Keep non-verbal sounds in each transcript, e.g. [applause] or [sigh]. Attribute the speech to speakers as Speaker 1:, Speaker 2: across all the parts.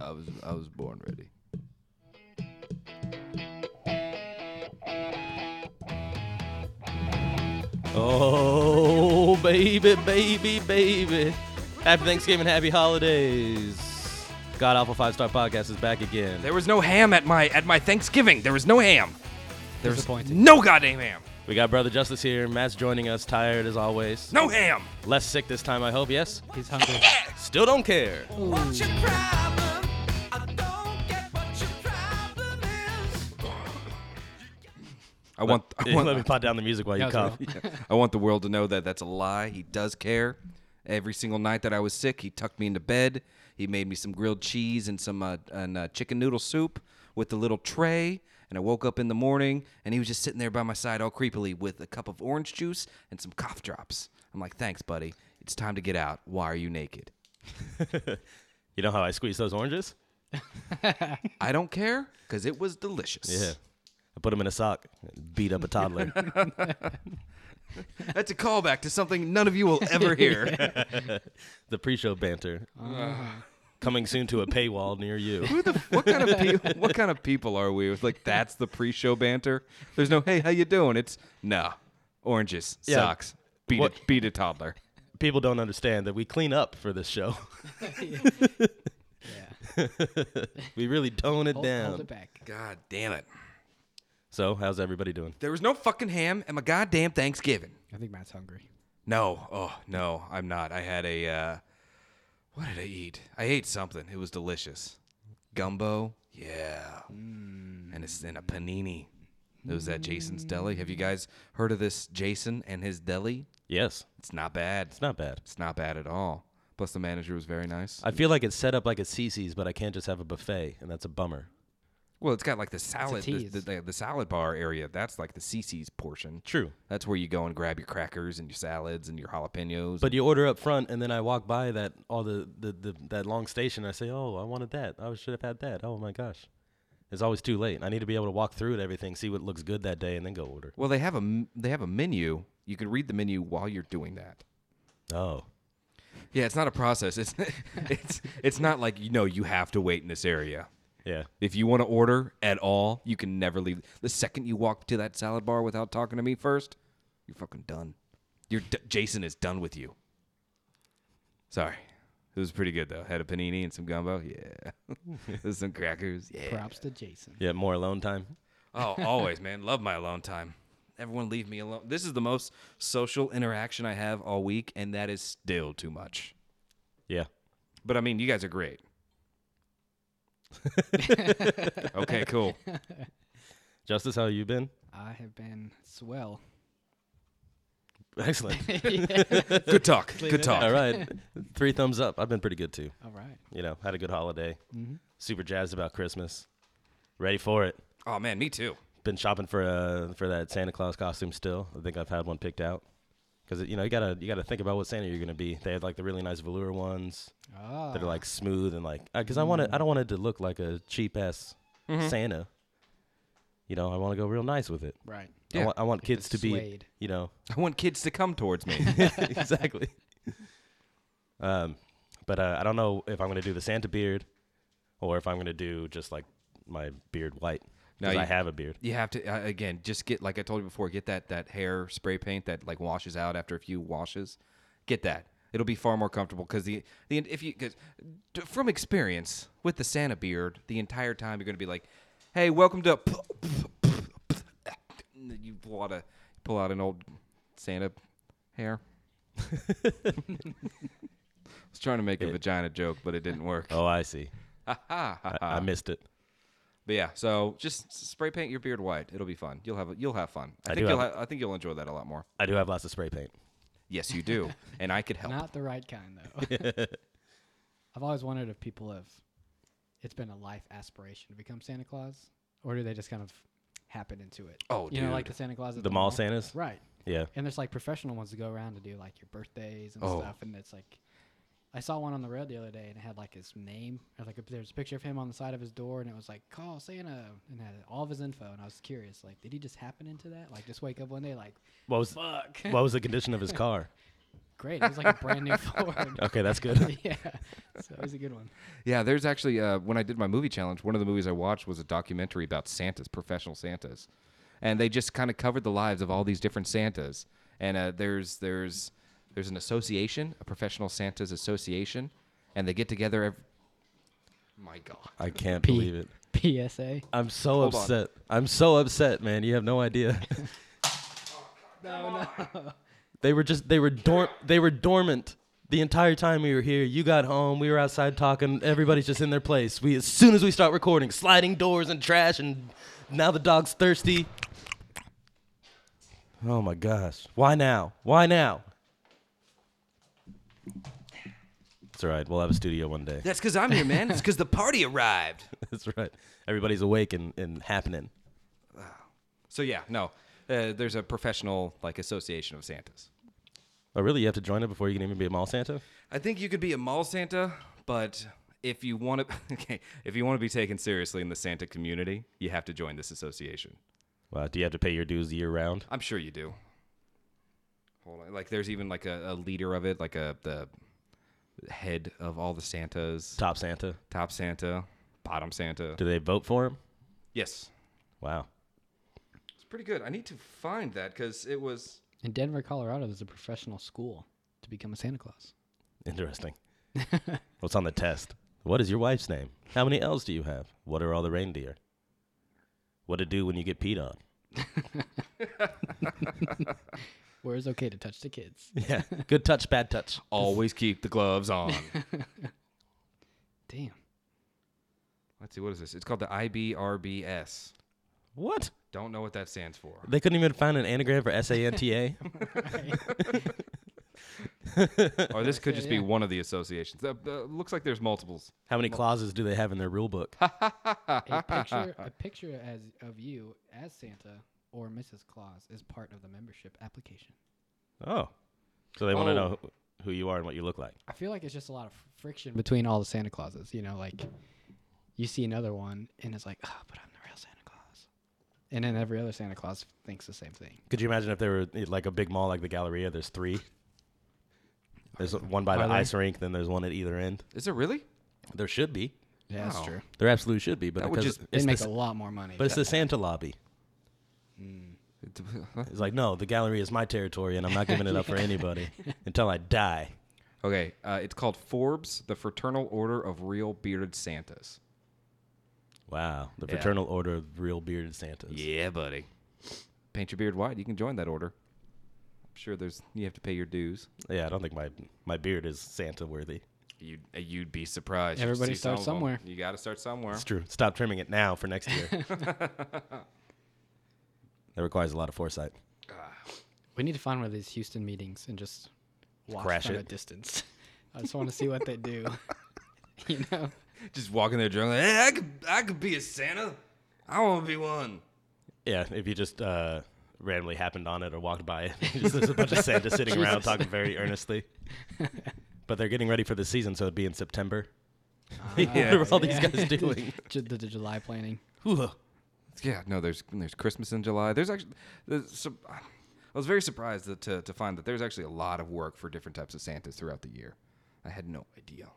Speaker 1: I was I was born ready.
Speaker 2: Oh, baby, baby, baby. Happy Thanksgiving, happy holidays. God Alpha Five Star Podcast is back again.
Speaker 3: There was no ham at my at my Thanksgiving. There was no ham. There was
Speaker 4: Disappointing.
Speaker 3: no goddamn ham.
Speaker 2: We got Brother Justice here. Matt's joining us, tired as always.
Speaker 3: No ham.
Speaker 2: Less sick this time, I hope, yes?
Speaker 4: He's hungry.
Speaker 2: Still don't
Speaker 4: [laughs]
Speaker 2: care.
Speaker 5: What's your problem? I don't get what your problem is.
Speaker 3: I want
Speaker 2: [laughs]
Speaker 3: I
Speaker 2: Let me
Speaker 3: want,
Speaker 2: pot down the music while you
Speaker 4: That was
Speaker 2: cough.
Speaker 4: good.
Speaker 3: I want the world to know that that's a lie. He does care. Every single night that I was sick, he tucked me into bed. He made me some grilled cheese and some uh, and, uh, chicken noodle soup with a little tray. And I woke up in the morning, and he was just sitting there by my side, all creepily, with a cup of orange juice and some cough drops. I'm like, "Thanks, buddy. It's time to get out. Why are you naked?
Speaker 2: [laughs] You know how I squeeze those oranges?
Speaker 3: I don't care, cause it was delicious.
Speaker 2: Yeah. I put them in a sock, and beat up a
Speaker 4: [laughs]
Speaker 2: toddler.
Speaker 3: That's a callback to something none of you will
Speaker 2: [laughs]
Speaker 3: ever hear.
Speaker 2: the pre show banter.
Speaker 4: Ah.
Speaker 2: Coming soon to a paywall near you.
Speaker 3: what kind of pe- what kind of people are we? With like that's the pre-show banter. There's no hey, how you doing? It's nah, oranges,
Speaker 2: Yeah.
Speaker 3: socks, beat a,
Speaker 2: What-
Speaker 3: beat a toddler.
Speaker 2: People don't understand that we clean up for this
Speaker 4: [laughs]
Speaker 2: show. [laughs] we really tone it
Speaker 4: Hold,
Speaker 2: down.
Speaker 4: hold it back.
Speaker 3: God damn it!
Speaker 2: So, how's everybody doing?
Speaker 3: There was no fucking ham at my goddamn Thanksgiving.
Speaker 4: I think Matt's hungry.
Speaker 3: No, oh no, I'm not. I had a uh, what did I eat? I ate something. It was delicious. Gumbo, yeah,
Speaker 4: Mm.
Speaker 3: and it's in a panini. It was at Jason's Deli. Have you guys heard of this Jason and his deli?
Speaker 2: Yes,
Speaker 3: It's not bad.
Speaker 2: it's not bad.
Speaker 3: It's not bad at all. Plus, the manager was very nice.
Speaker 2: I feel like it's set up like a CC's, but I can't just have a buffet, and that's a bummer.
Speaker 3: Well, it's got like the salad, the,
Speaker 4: tease.
Speaker 3: the, the, the salad bar area. That's like the CC's portion.
Speaker 2: True.
Speaker 3: That's where you go and grab your crackers and your salads and your jalapenos.
Speaker 2: But you order up front, and then I walk by that all the, the, the that long station. I say, "Oh, I wanted that. I should have had that. Oh my gosh, it's always too late. I need to be able to walk through it, everything, see what looks good that day, and then go order."
Speaker 3: well, they have a m- they have a menu. You can read the menu while you're doing that.
Speaker 2: Oh,
Speaker 3: Yeah, it's not a process. It's [laughs] it's it's not like you know you have to wait in this area.
Speaker 2: yeah.
Speaker 3: If you want to order at all, you can never leave. The second you walk to that salad bar without talking to me first, you're fucking done. You're d- Jason is done with you. Sorry. It was pretty good though. Had a panini and some gumbo. Yeah. [laughs] With some crackers. Yeah.
Speaker 4: Props to Jason.
Speaker 2: Yeah, more alone time.
Speaker 3: Oh, always, man. Love my alone time. Everyone leave me alone. This is the most social interaction I have all week and that is still too much.
Speaker 2: Yeah.
Speaker 3: But I mean, you guys are [laughs] great. okay, cool.
Speaker 2: Justice, how you been?
Speaker 4: I have been swell.
Speaker 2: Excellent.
Speaker 3: Good talk. Good talk.
Speaker 2: all right. Three thumbs up. I've been pretty good too.
Speaker 4: All right.
Speaker 2: You know, had a good holiday.
Speaker 4: Mm-hmm.
Speaker 2: Super jazzed about Christmas. Ready for it.
Speaker 3: Oh man, me too.
Speaker 2: been shopping for uh for that Santa Claus costume still. I think I've had one picked out because you know you gotta you gotta think about what Santa you're gonna be. They had like the really nice velour ones
Speaker 4: Ah, Mm.
Speaker 2: that are like smooth and like because I want to I don't want it to look like a cheap ass Santa. You know, I want to go real nice with it.
Speaker 4: right.
Speaker 2: I
Speaker 3: Yeah.
Speaker 2: want I want kids
Speaker 4: it's
Speaker 2: to be
Speaker 4: suede.
Speaker 2: you know
Speaker 3: I want kids to come towards me.
Speaker 2: [laughs] exactly. um, but uh, I don't know if I'm gonna do the Santa beard or if I'm gonna do just like my beard white
Speaker 3: No,
Speaker 2: because I
Speaker 3: you-
Speaker 2: have a beard.
Speaker 3: [laughs] you have to uh, again just get like I told you before, get that that hair spray paint that like washes out after a few washes. Get that. It'll be far more comfortable because the the if you cause d- from experience with the Santa beard, the entire time you're gonna be like, "Hey, welcome to," and then you pull out a pull out an old Santa hair. [laughs] I was trying to make a vagina joke, but it didn't work. [laughs]
Speaker 2: Oh, I see.
Speaker 3: Ha, ha, ha.
Speaker 2: I missed it.
Speaker 3: But yeah, so just s- spray paint your beard white. It'll be fun. You'll have a, you'll have fun. I,
Speaker 2: I
Speaker 3: think
Speaker 2: do
Speaker 3: you'll
Speaker 2: have-
Speaker 3: ha- I think you'll enjoy that a lot more.
Speaker 2: I do have lots of spray paint.
Speaker 3: Yes, you do.
Speaker 2: [laughs]
Speaker 3: and I could help.
Speaker 4: Not the right kind though. I've always wondered if people have it's been a life aspiration to become Santa Claus or do they just kind of happen into it?
Speaker 3: Oh,
Speaker 4: you know like the
Speaker 3: dude.
Speaker 4: Santa Claus at
Speaker 2: The mall Santas?
Speaker 4: Right.
Speaker 2: Yeah.
Speaker 4: And there's like professional ones that go around to do like your birthdays and
Speaker 3: Oh.
Speaker 4: stuff. And it's like, I saw one on the road the other day and it had like his name. Or like there's a picture of him on the side of his door and it was like, call Santa and had all of his info. And I was curious, like, did he just happen into that? Like, just wake up one day, like,
Speaker 2: What was
Speaker 4: fuck,
Speaker 2: what was the condition of his car?
Speaker 4: great. It was like a brand
Speaker 2: [laughs]
Speaker 4: new Ford.
Speaker 2: Okay, that's
Speaker 4: [laughs]
Speaker 2: good.
Speaker 4: yeah, so it was a good one.
Speaker 3: Yeah, there's actually uh, when I did my movie challenge, one of the movies I watched was a documentary about Santas, professional Santas, and they just kind of covered the lives of all these different Santas. And uh, there's there's there's an association, a professional Santas association, and they get together. Every- my God,
Speaker 2: I can't [laughs]
Speaker 4: P-
Speaker 2: believe it.
Speaker 4: PSA.
Speaker 2: I'm so
Speaker 3: Hold on.
Speaker 2: upset. I'm so upset, man. You have no
Speaker 3: [laughs]
Speaker 2: idea. no, no. [laughs] They were just they were dorm they were dormant the entire time we were here. You got home, we were outside talking, everybody's just in their place. We as soon as we start recording, sliding doors and trash and now the dog's thirsty. Oh my gosh. Why now? Why now? It's all right. We'll have a studio one day. [laughs]
Speaker 3: that's because I'm here, man. It's because the party arrived. [laughs]
Speaker 2: That's right. Everybody's awake and, and happening.
Speaker 3: So yeah, no, uh, there's a professional like association of Santas.
Speaker 2: Oh, really? You have to join it before you can even be a mall Santa?
Speaker 3: I think you could be a mall Santa, but if you want to, [laughs] okay, if you want to be taken seriously in the Santa community, you have to join this association.
Speaker 2: Wow. Do you have to pay your dues year round?
Speaker 3: I'm sure you do. Hold on, like there's even like a, a leader of it, like a the head of all the Santas,
Speaker 2: Top Santa.
Speaker 3: top Santa, bottom Santa.
Speaker 2: Do they vote for him?
Speaker 3: Yes,
Speaker 2: Wow.
Speaker 3: it's pretty good. I need to find that because it was.
Speaker 4: In Denver, Colorado, there's a professional school to become a Santa Claus.
Speaker 2: Interesting. What's on the test? What is your wife's name? How many L's do you have? What are all the reindeer? What to do when you get peed on? [laughs]
Speaker 4: Where it's okay to touch the kids.
Speaker 2: [laughs] Yeah. Good touch, bad touch.
Speaker 3: Always keep the gloves [laughs] on.
Speaker 2: [laughs]
Speaker 4: Damn.
Speaker 3: Let's see, what is this? It's called the IBRBS.
Speaker 2: What?
Speaker 3: Don't know what that stands for. [laughs]
Speaker 2: They couldn't even find an anagram for S A N T A.
Speaker 3: Or this could just be
Speaker 4: yeah.
Speaker 3: one of the associations. Uh, uh, looks like there's multiples.
Speaker 2: How many clauses do they have in their rule book?
Speaker 4: A picture,
Speaker 2: [laughs]
Speaker 4: a picture as of you as Santa or Mrs. Claus is part of the membership application.
Speaker 2: Oh. So they want to
Speaker 3: Oh.
Speaker 2: know who- who you are and what you look like.
Speaker 4: I feel like it's just a lot of friction between all the Santa Clauses. You know, like you see another one and it's like, oh, but I'm the real Santa Claus. And then every other Santa Claus thinks the same thing.
Speaker 2: Could you imagine if there were eh, like a big mall like the Galleria? There's three. There's one by
Speaker 4: Are
Speaker 2: the
Speaker 4: there?
Speaker 2: ice rink, then there's one at either end.
Speaker 3: Is it really?
Speaker 2: There should be.
Speaker 4: Yeah,
Speaker 3: Wow.
Speaker 4: that's true.
Speaker 2: There absolutely should be. But
Speaker 3: That would
Speaker 2: because
Speaker 3: just-
Speaker 2: it's
Speaker 4: They
Speaker 2: the
Speaker 4: make
Speaker 2: s-
Speaker 4: a lot more money.
Speaker 2: but it's the Santa lobby.
Speaker 3: It-
Speaker 2: It's like no, the Galleria is my territory, and I'm not giving it up for anybody until I die.
Speaker 3: [laughs] Okay, uh, it's called Forbes, the Fraternal Order of Real Bearded Santas.
Speaker 2: Wow, the
Speaker 3: Yeah.
Speaker 2: Fraternal Order of Real Bearded Santas.
Speaker 3: Yeah, buddy. Paint your beard white. You can join that order. I'm sure there's. You have to pay your dues.
Speaker 2: Yeah, I don't think my my beard is Santa worthy.
Speaker 3: You'd uh, you'd be surprised. You
Speaker 4: Everybody
Speaker 3: see some
Speaker 4: starts
Speaker 3: of 'em.
Speaker 4: somewhere.
Speaker 3: You got to
Speaker 2: [laughs]
Speaker 3: start somewhere.
Speaker 2: It's true. Stop trimming it now for next
Speaker 3: [laughs]
Speaker 2: year. that requires a lot of foresight.
Speaker 4: We need to find one of these Houston meetings and just watch
Speaker 2: Crash
Speaker 4: from
Speaker 2: it.
Speaker 4: a distance. [laughs] I just want to see what they do. [laughs] you know,
Speaker 3: Just walking there drunk. Like, hey, I could I could be a Santa. I want to be one.
Speaker 2: Yeah, if you just uh, randomly happened on it or walked by it, [laughs] just, there's a bunch of Santa sitting around talking very
Speaker 4: [laughs]
Speaker 2: earnestly. But they're getting ready for the season, so it'd be in September.
Speaker 4: Ah,
Speaker 2: [laughs]
Speaker 3: yeah.
Speaker 2: what are all these guys doing?
Speaker 4: Ju- [laughs] the, the July planning.
Speaker 2: Ooh.
Speaker 3: Yeah, no, there's there's Christmas in July. There's actually, there's some, I was very surprised that, to to find that there's actually a lot of work for different types of Santas throughout the year. I had no idea.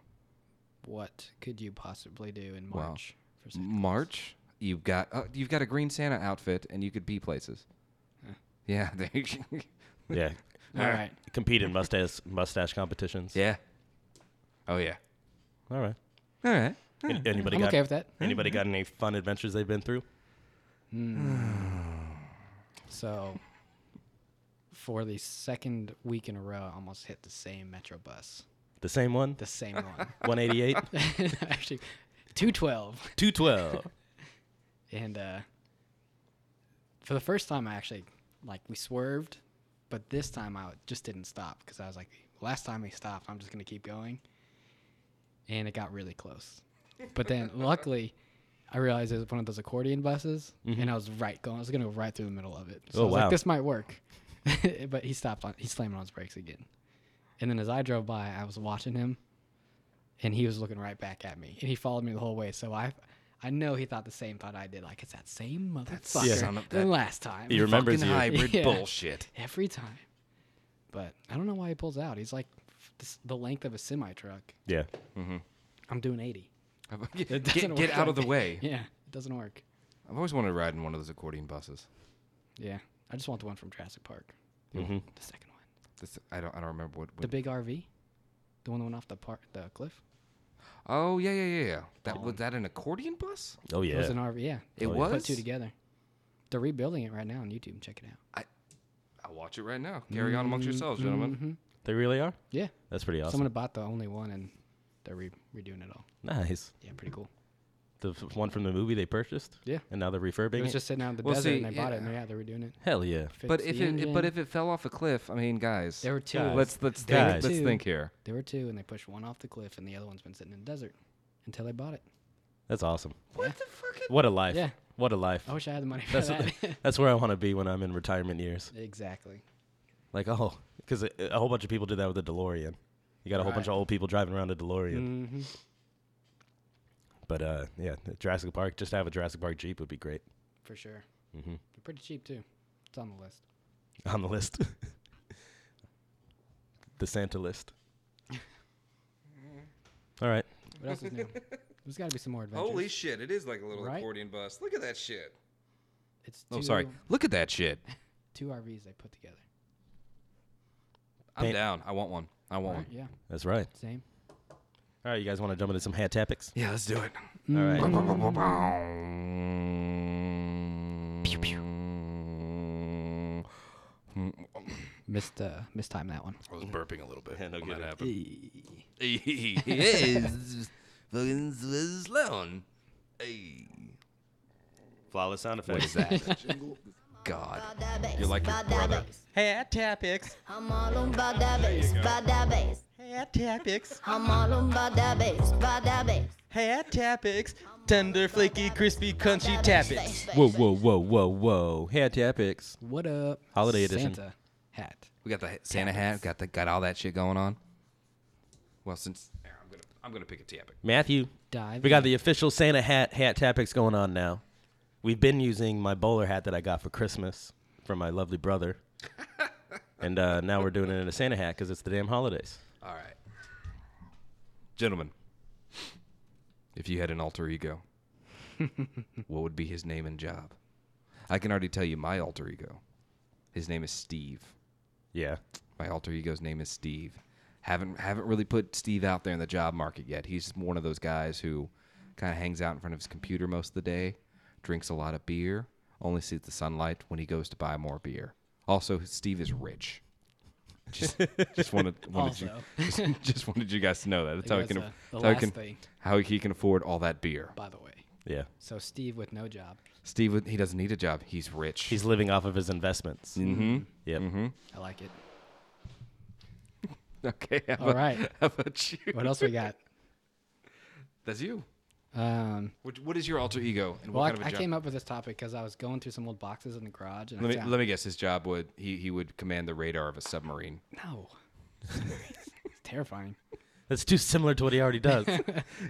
Speaker 4: What could you possibly do in
Speaker 3: Wow.
Speaker 4: March? For Santa
Speaker 2: Mm.
Speaker 4: Claus?
Speaker 3: March, you've got uh, you've got a green Santa outfit, and you could be places. Yeah, [laughs] there you-
Speaker 2: Yeah.
Speaker 4: All right.
Speaker 2: Compete in mustache mustache competitions.
Speaker 3: yeah. Oh yeah.
Speaker 2: All right.
Speaker 3: All right.
Speaker 2: An- Anybody
Speaker 4: I'm
Speaker 2: got
Speaker 4: okay with that.
Speaker 2: anybody got any fun adventures they've been through?
Speaker 4: Hmm.
Speaker 2: [sighs]
Speaker 4: So, for the second week in a row, I almost hit the same Metro bus.
Speaker 2: The same [laughs] one?
Speaker 4: The [laughs] same one.
Speaker 2: 188,
Speaker 4: Actually, 212. [laughs]
Speaker 2: 212.
Speaker 4: And uh, for the first time, I actually, like, we swerved, but this time I just didn't stop because I was like, last time we stopped, I'm just going to keep going. And it got really close. But then luckily, I realized it was one of those accordion buses, and I was right going. I was going to go right through the middle of it.
Speaker 2: Mm-hmm. Oh,
Speaker 4: So I was
Speaker 2: wow.
Speaker 4: like, this might work. [laughs] but he stopped on, he slammed on his brakes again. And then as I drove by, I was watching him, and he was looking right back at me, and he followed me the whole way. So I, I know he thought the same thought I did. Like it's that same motherfucker
Speaker 3: son of-
Speaker 4: than
Speaker 3: that-
Speaker 4: last time,
Speaker 2: He remembers
Speaker 3: Fucking
Speaker 2: you.
Speaker 3: [laughs] hybrid
Speaker 4: Yeah.
Speaker 3: bullshit.
Speaker 4: every time. But I don't know why he pulls out. He's like this, the length of a semi truck.
Speaker 1: Yeah.
Speaker 4: I'm doing 80.
Speaker 3: get
Speaker 4: doesn't
Speaker 3: get
Speaker 4: work
Speaker 3: out of
Speaker 4: [laughs] like-
Speaker 3: the way.
Speaker 4: Yeah, it doesn't work.
Speaker 3: I've always wanted to ride in one of those accordion buses.
Speaker 4: Yeah, I just want the one from Jurassic Park.
Speaker 3: Mm-hmm.
Speaker 4: The second one,
Speaker 3: This, I don't I don't remember what.
Speaker 4: the
Speaker 3: what
Speaker 4: big RV, the one that went off the par- the cliff.
Speaker 3: oh yeah yeah yeah yeah. That was that an accordion bus?
Speaker 1: Oh
Speaker 4: It was
Speaker 1: yeah.
Speaker 4: an RV. Yeah,
Speaker 3: It
Speaker 4: They Put
Speaker 3: was.
Speaker 4: two together. They're rebuilding it right now on YouTube. Check it out. Mm-hmm.
Speaker 3: I'll watch it right now. Carry on amongst yourselves, gentlemen.
Speaker 2: They really are.
Speaker 4: Yeah,
Speaker 2: That's pretty awesome.
Speaker 4: someone bought the only one and they're re- redoing it all.
Speaker 2: nice.
Speaker 4: Yeah, pretty cool.
Speaker 2: The f- one from the movie they purchased.
Speaker 4: Yeah.
Speaker 2: And now they're refurbing
Speaker 4: It
Speaker 2: it.
Speaker 4: was just sitting out in the
Speaker 3: Well,
Speaker 4: desert
Speaker 3: see,
Speaker 4: and they bought it and
Speaker 3: yeah.
Speaker 4: yeah, they're redoing it.
Speaker 2: Hell yeah.
Speaker 4: Fits
Speaker 3: But if
Speaker 4: the
Speaker 3: it, it- but
Speaker 4: engine.
Speaker 3: if it fell off a cliff, I mean, guys,
Speaker 4: there were two,
Speaker 2: Guys.
Speaker 3: let's let's think,
Speaker 2: Guys.
Speaker 3: let's
Speaker 4: Two.
Speaker 3: think here.
Speaker 4: there were two and they pushed one off the cliff and the other one's been sitting in the desert until they bought it.
Speaker 2: That's awesome.
Speaker 3: What the fuck?
Speaker 2: What a life.
Speaker 4: Yeah.
Speaker 2: What a life.
Speaker 4: I wish I had the money for
Speaker 2: That's
Speaker 4: that. [laughs]
Speaker 2: that's where I want to be when I'm in retirement years.
Speaker 4: exactly.
Speaker 2: Like oh, because a, a whole bunch of people did that with a DeLorean. You got a whole bunch
Speaker 4: Right.
Speaker 2: of old people driving around a DeLorean.
Speaker 4: Mm-hmm.
Speaker 2: But uh, yeah, Jurassic Park. Just to have a Jurassic Park Jeep would be great.
Speaker 4: For sure.
Speaker 2: Mhm.
Speaker 4: They're pretty cheap too. It's on the list.
Speaker 2: [laughs] On the list. [laughs] the Santa
Speaker 3: [laughs]
Speaker 2: list. All right.
Speaker 4: What else is
Speaker 3: [laughs]
Speaker 4: new? There's got to be some more adventures.
Speaker 3: Holy shit! It is like a little
Speaker 4: Right?
Speaker 3: accordion bus. Look at that shit.
Speaker 4: It's two,
Speaker 3: Oh, sorry. Look at that shit.
Speaker 4: Two RVs they put together.
Speaker 3: I'm
Speaker 2: Paint-
Speaker 3: down. I want one. I want one.
Speaker 4: Right, yeah,
Speaker 2: That's right.
Speaker 4: same.
Speaker 2: All right, you guys want to jump into some hat topics?
Speaker 3: Yeah, let's do it.
Speaker 2: All right.
Speaker 3: [laughs] Pew [laughs] pew.
Speaker 4: Missed uh, missed time that one.
Speaker 3: I was burping a little bit
Speaker 2: Yeah, no
Speaker 3: when that
Speaker 2: kidding.
Speaker 3: happened. Yes, fucking Sloan. Hey.
Speaker 2: Flawless sound effects.
Speaker 3: that? God. You're like your brother.
Speaker 2: [laughs] Hat topics.
Speaker 6: I'm all on by that bass, by that bass.
Speaker 2: Hat topics.
Speaker 6: I'm all on by that bass, by that bass.
Speaker 2: Hat topics. Tender, flaky, crispy, crunchy
Speaker 6: Bass,
Speaker 2: topics.
Speaker 6: bass,
Speaker 2: Whoa,
Speaker 6: bass.
Speaker 2: whoa, whoa, whoa, whoa. Hat topics.
Speaker 4: What up?
Speaker 2: Holiday
Speaker 4: Santa
Speaker 2: edition.
Speaker 4: hat.
Speaker 3: We got the ha- Santa hat. Got the got all that shit going on. Well, since there, I'm gonna I'm gonna pick a topic.
Speaker 2: Matthew,
Speaker 4: Dive.
Speaker 2: we got
Speaker 4: in.
Speaker 2: the official Santa hat hat topics going on now. We've been using my bowler hat that I got for Christmas from my lovely [laughs] brother. and uh, now we're doing it in a Santa hat because it's the damn holidays.
Speaker 3: All right, gentlemen. If you had an alter ego, what would be his name and job? I can already tell you my alter ego. His name is Steve.
Speaker 2: Yeah.
Speaker 3: My alter ego's name is Steve. Haven't haven't really put Steve out there in the job market yet. He's one of those guys who kind of hangs out in front of his computer most of the day, drinks a lot of beer, only sees the sunlight when he goes to buy more beer. Also, Steve is rich. Just, [laughs] just wanted, wanted you, [laughs] just, just wanted you guys to know that. That's how he
Speaker 4: think
Speaker 3: can,
Speaker 4: that's,
Speaker 3: that's how he
Speaker 4: uh, the last
Speaker 3: can,
Speaker 4: thing.
Speaker 3: how he can afford all that beer.
Speaker 4: By the way,
Speaker 2: Yeah.
Speaker 4: so Steve with no job.
Speaker 3: Steve, he doesn't need a job. He's rich.
Speaker 2: He's living off of his investments. Mm-hmm. Yep.
Speaker 4: I like it.
Speaker 3: [laughs] okay. How
Speaker 4: All
Speaker 3: about,
Speaker 4: right.
Speaker 3: How about you?
Speaker 4: What else we got?
Speaker 3: That's you.
Speaker 4: Um,
Speaker 3: [laughs] What, what is your alter ego? And
Speaker 4: well, I,
Speaker 3: what kind of
Speaker 4: I
Speaker 3: a job?
Speaker 4: came up with this topic because I was going through some old boxes in the garage. And I
Speaker 3: Let me
Speaker 4: found,
Speaker 3: let me guess. His job would he he would command the radar of a submarine.
Speaker 4: No. [laughs] it's terrifying.
Speaker 2: That's too similar to what he already
Speaker 4: [laughs]
Speaker 2: does.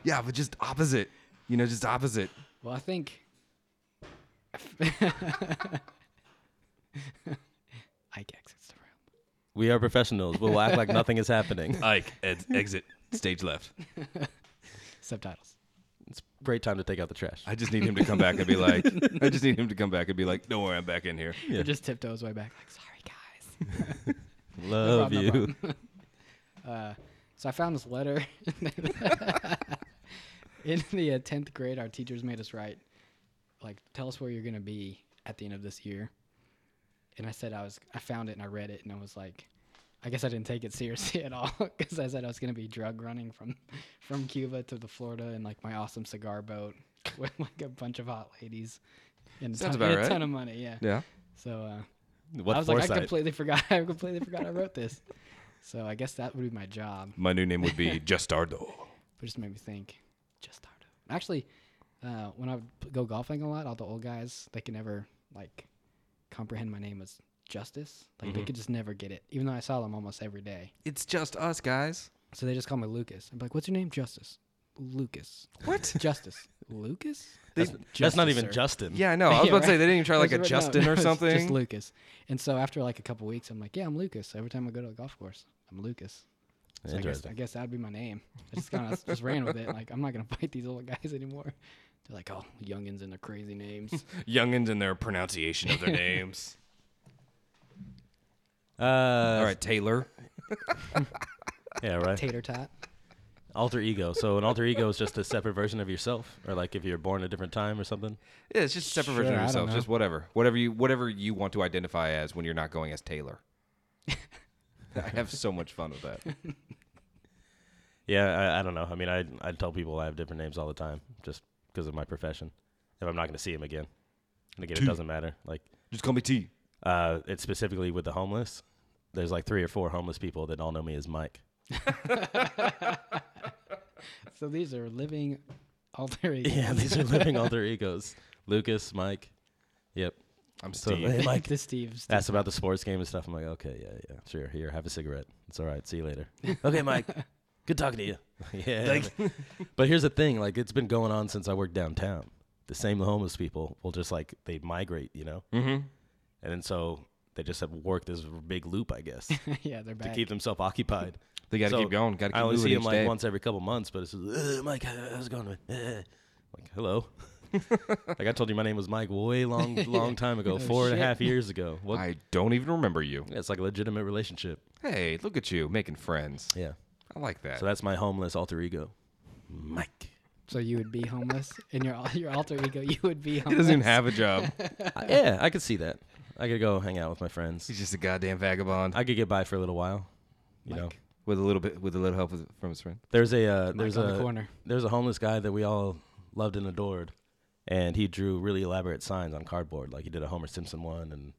Speaker 3: Yeah, but just opposite. You know, just opposite.
Speaker 4: Well, I think. [laughs] Ike exits the room.
Speaker 2: we are professionals. We'll act like nothing is happening.
Speaker 3: Ike, ed- exit stage left.
Speaker 4: Subtitles.
Speaker 2: It's a great time to take out the trash.
Speaker 3: I just need him to come back and be like. I just need him to come back and be like, don't worry, I'm back in here.
Speaker 4: He just tiptoes way back. Like, sorry, guys.
Speaker 2: Love
Speaker 4: No problem, no
Speaker 2: you.
Speaker 4: Uh, So I found this letter. [laughs] in the uh, 10th grade, our teachers made us write, like, tell us where you're going to be at the end of this year. And I said, I was, I found it and I read it and I was like, I guess I didn't take it seriously [laughs] at all because I said I was going to be drug running from, from Cuba to the Florida in like my awesome cigar boat [laughs] with like a bunch of hot ladies and, a
Speaker 3: Sounds
Speaker 4: ton,
Speaker 3: about
Speaker 4: and
Speaker 3: right.
Speaker 4: a ton of money. Yeah.
Speaker 3: Yeah.
Speaker 4: So, uh,
Speaker 2: What
Speaker 4: I was
Speaker 2: foresight?
Speaker 4: like, I completely forgot. [laughs] I completely forgot I wrote this. So I guess that would be my job.
Speaker 3: My new name would
Speaker 4: [laughs]
Speaker 3: be Justardo.
Speaker 4: But it just made me think. Just started. Actually, uh, when I would p- go golfing a lot, all the old guys they could never like comprehend my name as Justice. Like
Speaker 2: Mm-hmm.
Speaker 4: they could just never get it, even though I saw them almost every day.
Speaker 3: It's just us guys.
Speaker 4: So they just call me Lucas. I'm like, what's your name, Justice? Lucas.
Speaker 3: What?
Speaker 4: Justice. Lucas?
Speaker 2: That's, that's not even Justin.
Speaker 3: Yeah, I
Speaker 4: [laughs]
Speaker 3: know. Oh, I was
Speaker 4: Yeah,
Speaker 3: about to say
Speaker 4: right.
Speaker 3: they didn't even try like a
Speaker 4: That's right, no,
Speaker 3: Justin or
Speaker 4: it's
Speaker 3: something.
Speaker 4: Just Lucas. And so after like a couple weeks, I'm like, yeah, I'm Lucas. Every time I go to the golf course, I'm Lucas. So I guess,
Speaker 2: Interesting.
Speaker 4: I guess that'd be my name. I just kind of just ran with it. Like I'm not gonna [laughs] fight these old guys anymore. They're like, oh, youngins and their
Speaker 2: [laughs]
Speaker 4: crazy names.
Speaker 3: Youngins and their pronunciation
Speaker 4: [laughs]
Speaker 3: of their names.
Speaker 2: Uh,
Speaker 4: Uh,
Speaker 3: All right, Taylor.
Speaker 2: Yeah, right.
Speaker 4: Tater tot.
Speaker 2: Alter ego. So an alter ego is just a separate version of yourself, or like if you're born at a different time or something.
Speaker 3: Yeah, it's just a separate version
Speaker 4: Sure,
Speaker 3: of
Speaker 4: I don't
Speaker 3: yourself.
Speaker 4: know.
Speaker 3: Just whatever, whatever you, whatever you want to identify as when you're not going as
Speaker 4: [laughs]
Speaker 3: Taylor. [laughs] I have so much fun with that.
Speaker 2: Yeah, I, I don't know. I mean, I I tell people I have different names all the time just because of my profession. If I'm not going to see them again, and again, it
Speaker 3: Dude.
Speaker 2: doesn't matter. Like,
Speaker 3: Just call me T.
Speaker 2: uh, it's specifically with the homeless. There's like three or four homeless people that all know me as Mike.
Speaker 4: So these are living alter egos.
Speaker 2: [laughs] Yeah, these are living alter egos. Lucas, Mike. Yep.
Speaker 3: I'm
Speaker 2: So
Speaker 3: Steve.
Speaker 4: [laughs]
Speaker 2: hey, Mike.
Speaker 4: the Steve's.
Speaker 2: Asked about the sports game and stuff. I'm like, okay, yeah, yeah, sure. Here, have a cigarette. It's all right. See you later. okay, Mike. Good talking to you. [laughs] yeah. but here's the thing. Like, it's been going on since I worked downtown. The same homeless people will just like they migrate, you know. Mm-hmm. And then so they just have worked this big loop, I guess, to
Speaker 4: [laughs] yeah, they're back.
Speaker 2: keep themselves occupied.
Speaker 3: They gotta
Speaker 2: So
Speaker 3: keep going. Gotta keep
Speaker 2: I only
Speaker 3: moving
Speaker 2: see them
Speaker 3: each
Speaker 2: like
Speaker 3: day.
Speaker 2: once every couple months, but it's just, "Uh, Mike. how- How's it going? man? Uh." Like, hello. like I told you, my name was Mike way long, long time ago, four and a half
Speaker 4: shit.
Speaker 2: years ago. What
Speaker 3: I don't even remember you.
Speaker 2: yeah, it's like a legitimate relationship.
Speaker 3: Hey, look at you
Speaker 2: [laughs]
Speaker 3: making friends.
Speaker 2: Yeah.
Speaker 3: I like that.
Speaker 2: So that's my homeless alter
Speaker 4: [laughs]
Speaker 2: ego, Mike.
Speaker 4: So you would be homeless, and your al- your alter ego, you would be
Speaker 3: [laughs]
Speaker 4: homeless.
Speaker 3: he doesn't even have
Speaker 2: [laughs]
Speaker 3: a job.
Speaker 2: I- yeah, I could see that. I could go hang out with my friends.
Speaker 3: He's just a goddamn vagabond
Speaker 2: I could get by for a little while. You know,
Speaker 4: Mike.
Speaker 3: with a little bit, with a little help with- from his friend.
Speaker 2: there's a uh, there's
Speaker 4: on
Speaker 2: a
Speaker 4: the corner.
Speaker 2: there's a homeless guy that we all loved and adored, and he drew really elaborate signs on cardboard. Like he did a Homer Simpson one, and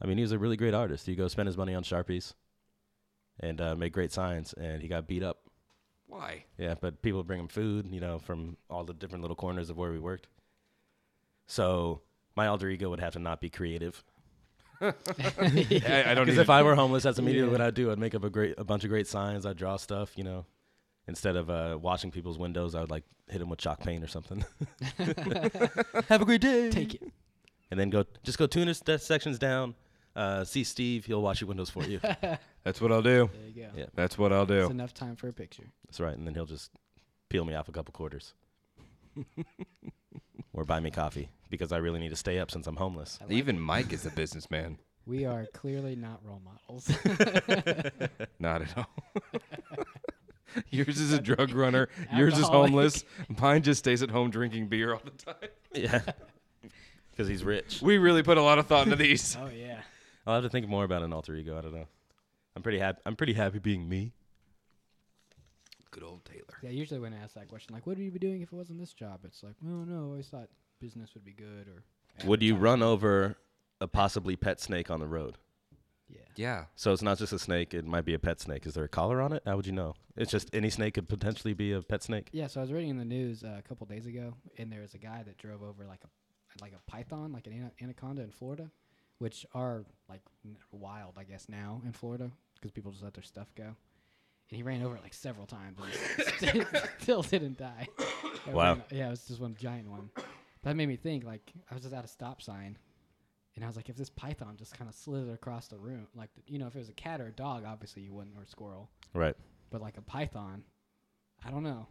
Speaker 2: I mean he was a really great artist. He go spend his money on sharpies, and uh, made great signs, and he got beat up. [laughs]
Speaker 3: Why?
Speaker 2: Yeah, but people bring him food, you know, from all the different little corners of where we worked. So my alter ego would have to not be creative.
Speaker 3: I, I don't.
Speaker 2: Because
Speaker 3: Even,
Speaker 2: if I were homeless, that's immediately what
Speaker 4: Yeah.
Speaker 2: I'd do. I'd make up a great, a bunch of great signs. I'd draw stuff, you know. Instead of uh, washing people's windows, I would like hit them with chalk paint or something. [laughs] have a great day.
Speaker 4: Take it.
Speaker 2: And then go, just go two inter- de- sections down. Uh, see Steve, he'll wash your windows for
Speaker 3: [laughs]
Speaker 2: you.
Speaker 3: that's what I'll do.
Speaker 4: There you go.
Speaker 2: Yeah.
Speaker 3: That's what I'll
Speaker 4: It's
Speaker 3: do.
Speaker 4: enough time for a picture.
Speaker 2: that's right. And then he'll just peel me off a couple
Speaker 3: [laughs]
Speaker 2: quarters. or buy me coffee because I really need to stay up since I'm homeless.
Speaker 3: Even Mike is a businessman.
Speaker 4: We are clearly not role models.
Speaker 3: Not at all.
Speaker 2: [laughs]
Speaker 3: Yours is a drug runner. Yours is
Speaker 4: Alcoholic.
Speaker 3: homeless. Mine just stays at home drinking beer all the time.
Speaker 2: [laughs] Yeah. Because he's rich.
Speaker 3: We really put a lot of thought
Speaker 2: [laughs]
Speaker 3: into these.
Speaker 4: [laughs] [laughs] oh yeah.
Speaker 2: I'll have to think more about an alter ego. I don't know. I'm pretty happy. I'm pretty happy being me.
Speaker 3: Good old Taylor.
Speaker 4: Yeah, usually when I ask that question, like, what would you be doing if it wasn't this job? It's like, "Oh, no, no, I always thought business would be good or.
Speaker 2: Would you run over a possibly pet snake on the road?
Speaker 4: Yeah.
Speaker 3: Yeah.
Speaker 2: So it's not just a snake. It might be a pet snake. Is there a collar on it? How would you know? It's just any snake could potentially be a pet snake.
Speaker 4: Yeah, so I was reading in the news uh, a couple days ago, and there was a guy that drove over like a like a python, like an ana- anaconda in Florida, which are like n- wild, I guess now in Florida because people just let their stuff go. And he ran over it like several times, and it still [laughs] didn't die. It
Speaker 2: Wow.
Speaker 4: ran- yeah, it was just one giant one. That made me think. Like I was just at a stop sign, and I was like, if this python just kind of slithered across the room, like you know, if it was a cat or a dog, obviously you wouldn't, or a squirrel
Speaker 2: Right.
Speaker 4: but like a python, I don't know,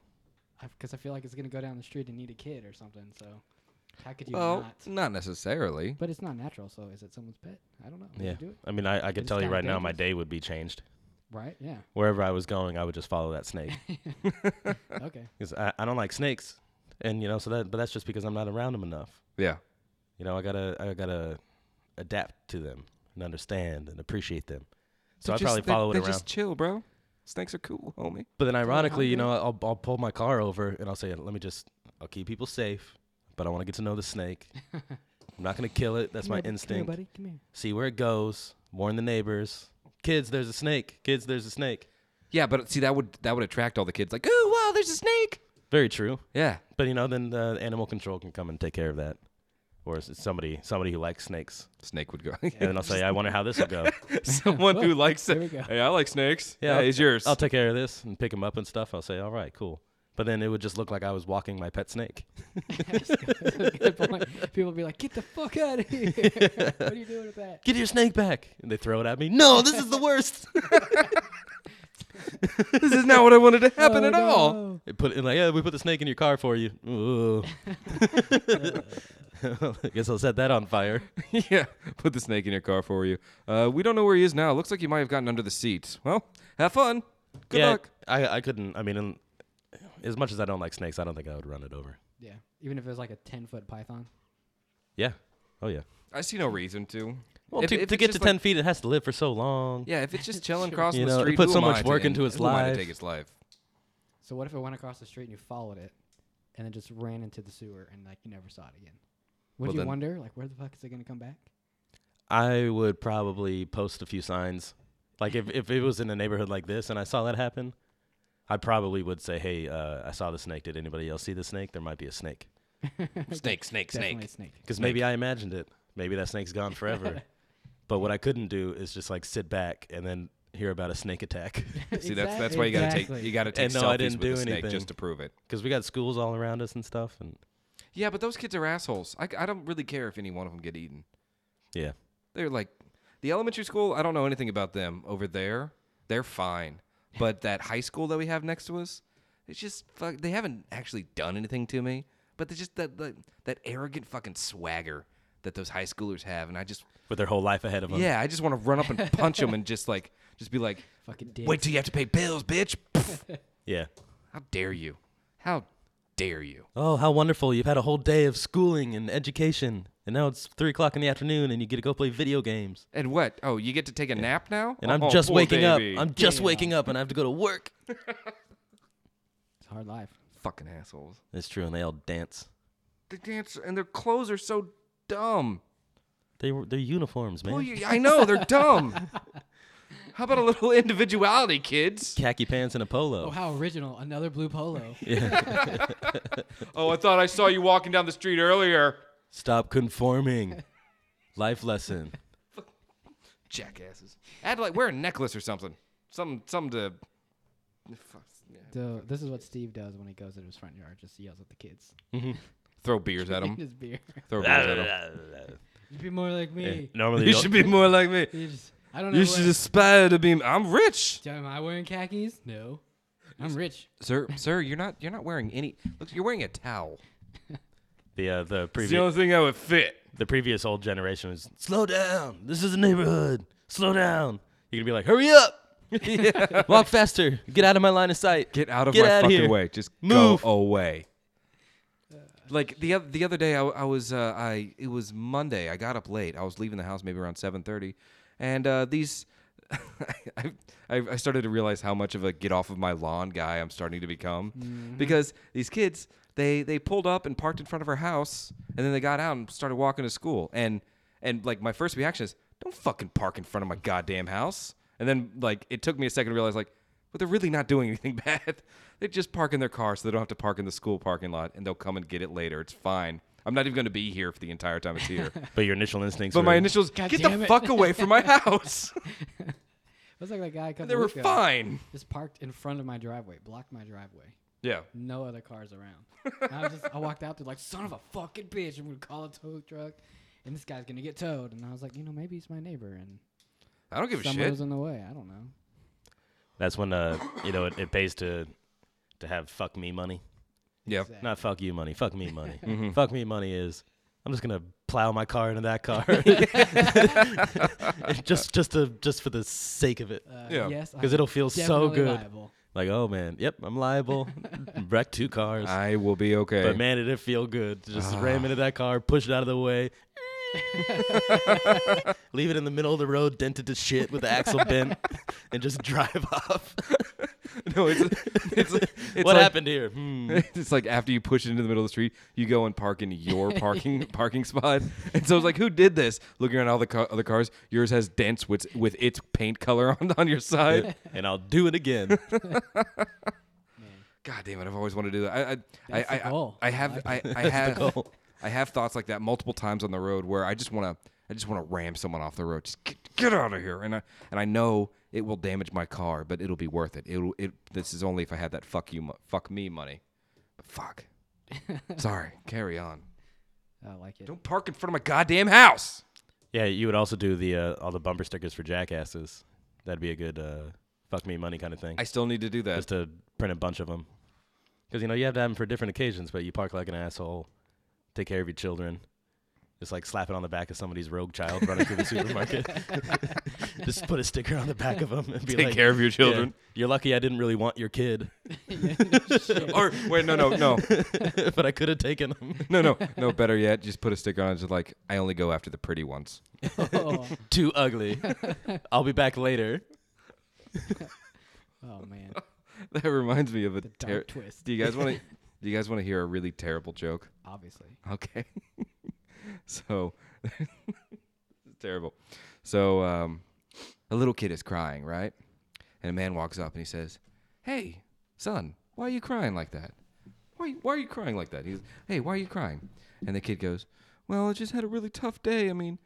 Speaker 4: because I, feel like it's gonna go down the street and eat a kid or something. So how could you
Speaker 3: Well,
Speaker 4: not?
Speaker 3: not necessarily.
Speaker 4: But it's not natural, so is it someone's pet? I don't know. Would you
Speaker 2: Yeah.
Speaker 4: do it?
Speaker 2: I mean, I, I could
Speaker 4: It's
Speaker 2: tell you
Speaker 4: kinda
Speaker 2: right now, my
Speaker 4: dangerous.
Speaker 2: day would be changed.
Speaker 4: Right? Yeah.
Speaker 2: Wherever I was going, I would just follow that
Speaker 4: [laughs]
Speaker 2: snake
Speaker 4: Okay. [laughs]
Speaker 2: because I, I don't like snakes, and you know, so that but that's just because I'm not around them enough.
Speaker 3: Yeah.
Speaker 2: You know, I gotta I gotta adapt to them and understand and appreciate them. So I probably follow it
Speaker 3: they,
Speaker 2: around.
Speaker 3: Just chill, bro. Snakes are cool, homie.
Speaker 2: But then, ironically, you know, I'll, I'll pull my car over and I'll say, "Let me just, I'll keep people safe, but I want to get to know the
Speaker 4: [laughs]
Speaker 2: snake. I'm not gonna kill it. That's my instinct.
Speaker 4: Come here, buddy. Come here.
Speaker 2: See where it goes. Warn the neighbors. Kids, there's a snake. Kids, there's a snake.
Speaker 3: Yeah, but see, that would that would attract all the kids. Like, oh wow, there's a snake.
Speaker 2: Very true.
Speaker 3: Yeah.
Speaker 2: But you know, then the animal control can come and take care of that, or is it somebody somebody who likes snakes.
Speaker 3: Snake would go. [laughs]
Speaker 2: And then I'll say, "I wonder how this will go.
Speaker 3: Someone who likes.
Speaker 4: there we go.
Speaker 3: Hey, I like snakes.
Speaker 2: Yeah,
Speaker 3: Yeah,
Speaker 2: I'll-
Speaker 3: it's yours. [laughs]
Speaker 2: I'll take care of this and pick him up and stuff." I'll say, "All right, cool." But then it would just look like I was walking my pet snake.
Speaker 4: Good point. People be like, "Get the fuck out of here! [laughs] what are you doing with that?"
Speaker 2: Get your snake back. And they throw it at me. No, this
Speaker 3: [laughs]
Speaker 2: is the worst.
Speaker 3: this is not what I wanted to happen at all.
Speaker 2: They put it in like, yeah, we put the snake in your car for you. Ooh. [laughs] I guess I'll set that on fire.
Speaker 3: [laughs] yeah, put the snake in your car for you. Uh, we don't know where he is now. Looks like he might have gotten under the seat. Well, have fun. Good
Speaker 2: yeah,
Speaker 3: luck.
Speaker 2: I, I couldn't. I mean, in, as much as I don't like snakes, I don't think I would run it over.
Speaker 4: Yeah, even if it was like a ten foot python.
Speaker 2: Yeah. Oh yeah.
Speaker 3: I see no reason to.
Speaker 2: Well,
Speaker 3: If-
Speaker 2: to,
Speaker 3: if
Speaker 2: to
Speaker 3: it's
Speaker 2: get to
Speaker 3: just
Speaker 2: ten
Speaker 3: like-
Speaker 2: feet, it has to live for so long.
Speaker 3: Yeah, if it's [laughs] just chilling crossing
Speaker 2: You
Speaker 3: the
Speaker 2: know, it
Speaker 3: street,
Speaker 2: puts so
Speaker 3: who am
Speaker 2: much
Speaker 3: I to
Speaker 2: work
Speaker 3: in-
Speaker 2: into its
Speaker 3: who am I to
Speaker 2: life.
Speaker 3: take its life.
Speaker 4: So what if it went across the street and you followed it, and then just ran into the sewer and like you never saw it again? Would
Speaker 3: Well,
Speaker 4: you
Speaker 3: then-
Speaker 4: wonder like where the fuck is it gonna come back? [laughs]
Speaker 2: I would probably post a few signs. Like if, if it was in a neighborhood like this and I saw that happen, I probably would say, "Hey, uh, I saw the snake. Did anybody else see the snake? There might be a snake."
Speaker 3: [laughs] Snake, snake,
Speaker 4: Definitely
Speaker 3: snake.
Speaker 4: a snake.
Speaker 2: Because maybe I imagined it. Maybe that snake's gone forever. but what I couldn't do is just like sit back and then hear about a snake attack.
Speaker 3: See, that's
Speaker 4: [laughs]
Speaker 3: that's why you gotta take
Speaker 4: Exactly.
Speaker 3: you gotta take
Speaker 2: And no,
Speaker 3: selfies
Speaker 2: I didn't
Speaker 3: with
Speaker 2: do
Speaker 3: the snake
Speaker 2: anything.
Speaker 3: just to prove it.
Speaker 2: Because we got schools all around us and stuff. And
Speaker 3: Yeah, but those kids are assholes. I, I don't really care if any one of them get eaten.
Speaker 2: yeah,
Speaker 3: They're like the elementary school. I don't know anything about them over there. They're fine, but that high school that we have next to us, it's just fuck. They haven't actually done anything to me, but they just that that, that arrogant fucking swagger that those high schoolers have, and I just
Speaker 2: with their whole life ahead of them.
Speaker 3: yeah, I just want to run up and punch them and just like just be like,
Speaker 4: Fucking
Speaker 3: wait till you have to pay bills, bitch. Pff,
Speaker 2: Yeah.
Speaker 3: How dare you? How dare you?
Speaker 2: Oh, how wonderful. You've had a whole day of schooling and education. And now it's three o'clock in the afternoon and you get to go play video games.
Speaker 3: And what? Oh, you get to take a nap now?
Speaker 2: And I'm
Speaker 3: Oh,
Speaker 2: just
Speaker 3: poor
Speaker 2: waking
Speaker 3: baby.
Speaker 2: up. I'm just
Speaker 4: Damn.
Speaker 2: waking up and I have to go to work.
Speaker 4: It's a hard life.
Speaker 3: fucking assholes.
Speaker 2: It's true. And they all dance.
Speaker 3: They dance and their clothes are so dumb.
Speaker 2: They were, they're uniforms, man.
Speaker 3: Well, you, Oh, I know they're dumb. How about a little individuality, kids?
Speaker 2: Khaki pants and a polo.
Speaker 4: Oh, how original! Another blue
Speaker 3: [laughs]
Speaker 4: polo.
Speaker 3: Oh, I thought I saw you walking down the street earlier.
Speaker 2: Stop conforming. Life
Speaker 3: [laughs]
Speaker 2: lesson.
Speaker 3: Jackasses. Add like wear a necklace or something. Something, something to. fuck, yeah.
Speaker 4: so this is what Steve does when he goes into his front yard. Just yells at the kids.
Speaker 3: Throw beers at them.
Speaker 4: [laughs] his beer.
Speaker 3: Throw beers at them.
Speaker 4: You'd be more like me.
Speaker 2: Normally,
Speaker 3: [laughs] You should be more like me.
Speaker 4: You just- I don't know.
Speaker 3: You
Speaker 4: what-
Speaker 3: should aspire to be. I'm rich,
Speaker 4: Tell him, Am I wearing khakis? No. I'm rich.
Speaker 3: sir. Sir, you're not. You're not wearing any. Look, you're wearing a towel.
Speaker 2: the uh, the
Speaker 3: It's the
Speaker 2: previous
Speaker 3: only thing that would fit.
Speaker 2: the previous old generation was slow down. This is a neighborhood. Slow down. You're gonna be like, hurry [laughs] up, walk faster, get out of my line of sight.
Speaker 3: Get out of
Speaker 2: Get
Speaker 3: my
Speaker 2: outta
Speaker 3: fucking
Speaker 2: here.
Speaker 3: way. Just
Speaker 2: Move.
Speaker 3: go away. Uh, Like the oth- the other day, I, I was uh, I it was Monday. I got up late. I was leaving the house maybe around seven thirty, and uh, these [laughs] I, I I started to realize how much of a get off of my lawn guy I'm starting to become
Speaker 2: Mm-hmm.
Speaker 3: because these kids they they pulled up and parked in front of our house, and then they got out and started walking to school. And and like my first reaction is, don't fucking park in front of my goddamn house. And then like it took me a second to realize like but they're really not doing anything [laughs] bad. They just park in their car so they don't have to park in the school parking lot and they'll come and get it later. It's fine. I'm not even going to be here for the entire time it's
Speaker 4: [laughs]
Speaker 3: here.
Speaker 2: But your initial instincts.
Speaker 3: but
Speaker 2: were,
Speaker 3: my initials,
Speaker 4: God
Speaker 3: get the
Speaker 4: damn it. Oh
Speaker 3: fuck away from
Speaker 4: [laughs]
Speaker 3: my house.
Speaker 4: It was like that guy. A couple
Speaker 3: they were
Speaker 4: weeks ago,
Speaker 3: fine.
Speaker 4: Just parked in front of my driveway, blocked my driveway.
Speaker 3: Yeah.
Speaker 4: No other cars around.
Speaker 3: [laughs]
Speaker 4: And I was just, I walked out there like, son of a fucking bitch. I'm gonna call a tow truck, and this guy's gonna get towed. And I was like, you know, maybe he's my neighbor, and
Speaker 3: I don't give a
Speaker 4: someone
Speaker 3: shit.
Speaker 4: was in the way. I don't know.
Speaker 2: That's when uh, you know it, it pays to to have fuck me money,
Speaker 3: Yeah.
Speaker 2: not fuck you money. Fuck me money.
Speaker 3: Mm-hmm.
Speaker 2: Fuck me money is. I'm just gonna plow my car into that
Speaker 3: [laughs]
Speaker 2: car, [laughs] just just to just for the sake of it,
Speaker 4: Uh,
Speaker 3: Yeah.
Speaker 4: Yes, I'm
Speaker 2: because it'll feel so
Speaker 4: definitely
Speaker 2: good.
Speaker 4: liable.
Speaker 2: Like, oh man, yep, I'm
Speaker 3: [laughs]
Speaker 2: liable. Wreck two cars.
Speaker 3: I Ah. will be okay.
Speaker 2: But man, did it feel good to just ram into that car, push it out of the
Speaker 3: [laughs]
Speaker 2: way, leave it in the middle of the road, dented to shit with the axle
Speaker 3: [laughs]
Speaker 2: bent, and just drive [laughs] off.
Speaker 3: no, it's,
Speaker 2: [laughs]
Speaker 3: it's, it's
Speaker 2: what
Speaker 3: like-
Speaker 2: happened here? Hmm.
Speaker 3: [laughs] It's like after you push it into the middle of the street, you go and park in
Speaker 4: [laughs]
Speaker 3: your parking parking spot. And so it's like, who did this? Looking around all the car, other cars, yours has dents with with its paint color [laughs] on on your side.
Speaker 2: and I'll do it again.
Speaker 3: God damn it! I've always wanted to do that. I I
Speaker 4: That's
Speaker 3: I,
Speaker 4: the
Speaker 3: I-
Speaker 4: goal.
Speaker 3: I, have I, I have I have thoughts like that multiple times on the road where I just want to I just want to ram someone off the road. Just get, get out of here, and I and I know it will damage my car, but it'll be worth it. It'll it. This is only if I had that fuck you mo- fuck me money. But fuck, Sorry, carry on.
Speaker 4: I like it. [laughs]
Speaker 3: Don't park in front of my goddamn house.
Speaker 2: Yeah, you would also do the uh, all the bumper stickers for jackasses. That'd be a good uh, fuck me money kind of thing.
Speaker 3: I still need to do that.
Speaker 2: just to print a bunch of them. Because you know you have to have them for different occasions, but you park like an asshole, take care of your children, just like slap it on the back of somebody's rogue child running
Speaker 3: [laughs]
Speaker 2: through the supermarket. [laughs] just put a sticker on the back of them and be
Speaker 3: Take
Speaker 2: like,
Speaker 3: care of your
Speaker 2: "Yeah,
Speaker 3: children.
Speaker 2: you're lucky I didn't really want your kid,
Speaker 3: Or wait, no, no, [laughs]
Speaker 2: [laughs]
Speaker 3: no,
Speaker 2: but I could have taken him
Speaker 3: no, no, no. Better yet, just put a sticker on. it, Just like I only go after the pretty ones.
Speaker 4: oh,
Speaker 2: too ugly. I'll be back later. [laughs]
Speaker 4: oh, man.
Speaker 3: [laughs] That reminds me of a
Speaker 4: dark
Speaker 3: ter-
Speaker 4: twist.
Speaker 3: Do you guys
Speaker 4: [laughs]
Speaker 3: want to? do you guys want to hear a really terrible joke? [laughs]
Speaker 4: Obviously.
Speaker 3: Okay. so [laughs] it's terrible. So um, a little kid is crying, right? And a man walks up and he says, "Hey, son, why are you crying like that? Why why are you crying like that?" He's, "Hey, why are you crying?" And the kid goes, "Well, I just had a really tough day. I mean,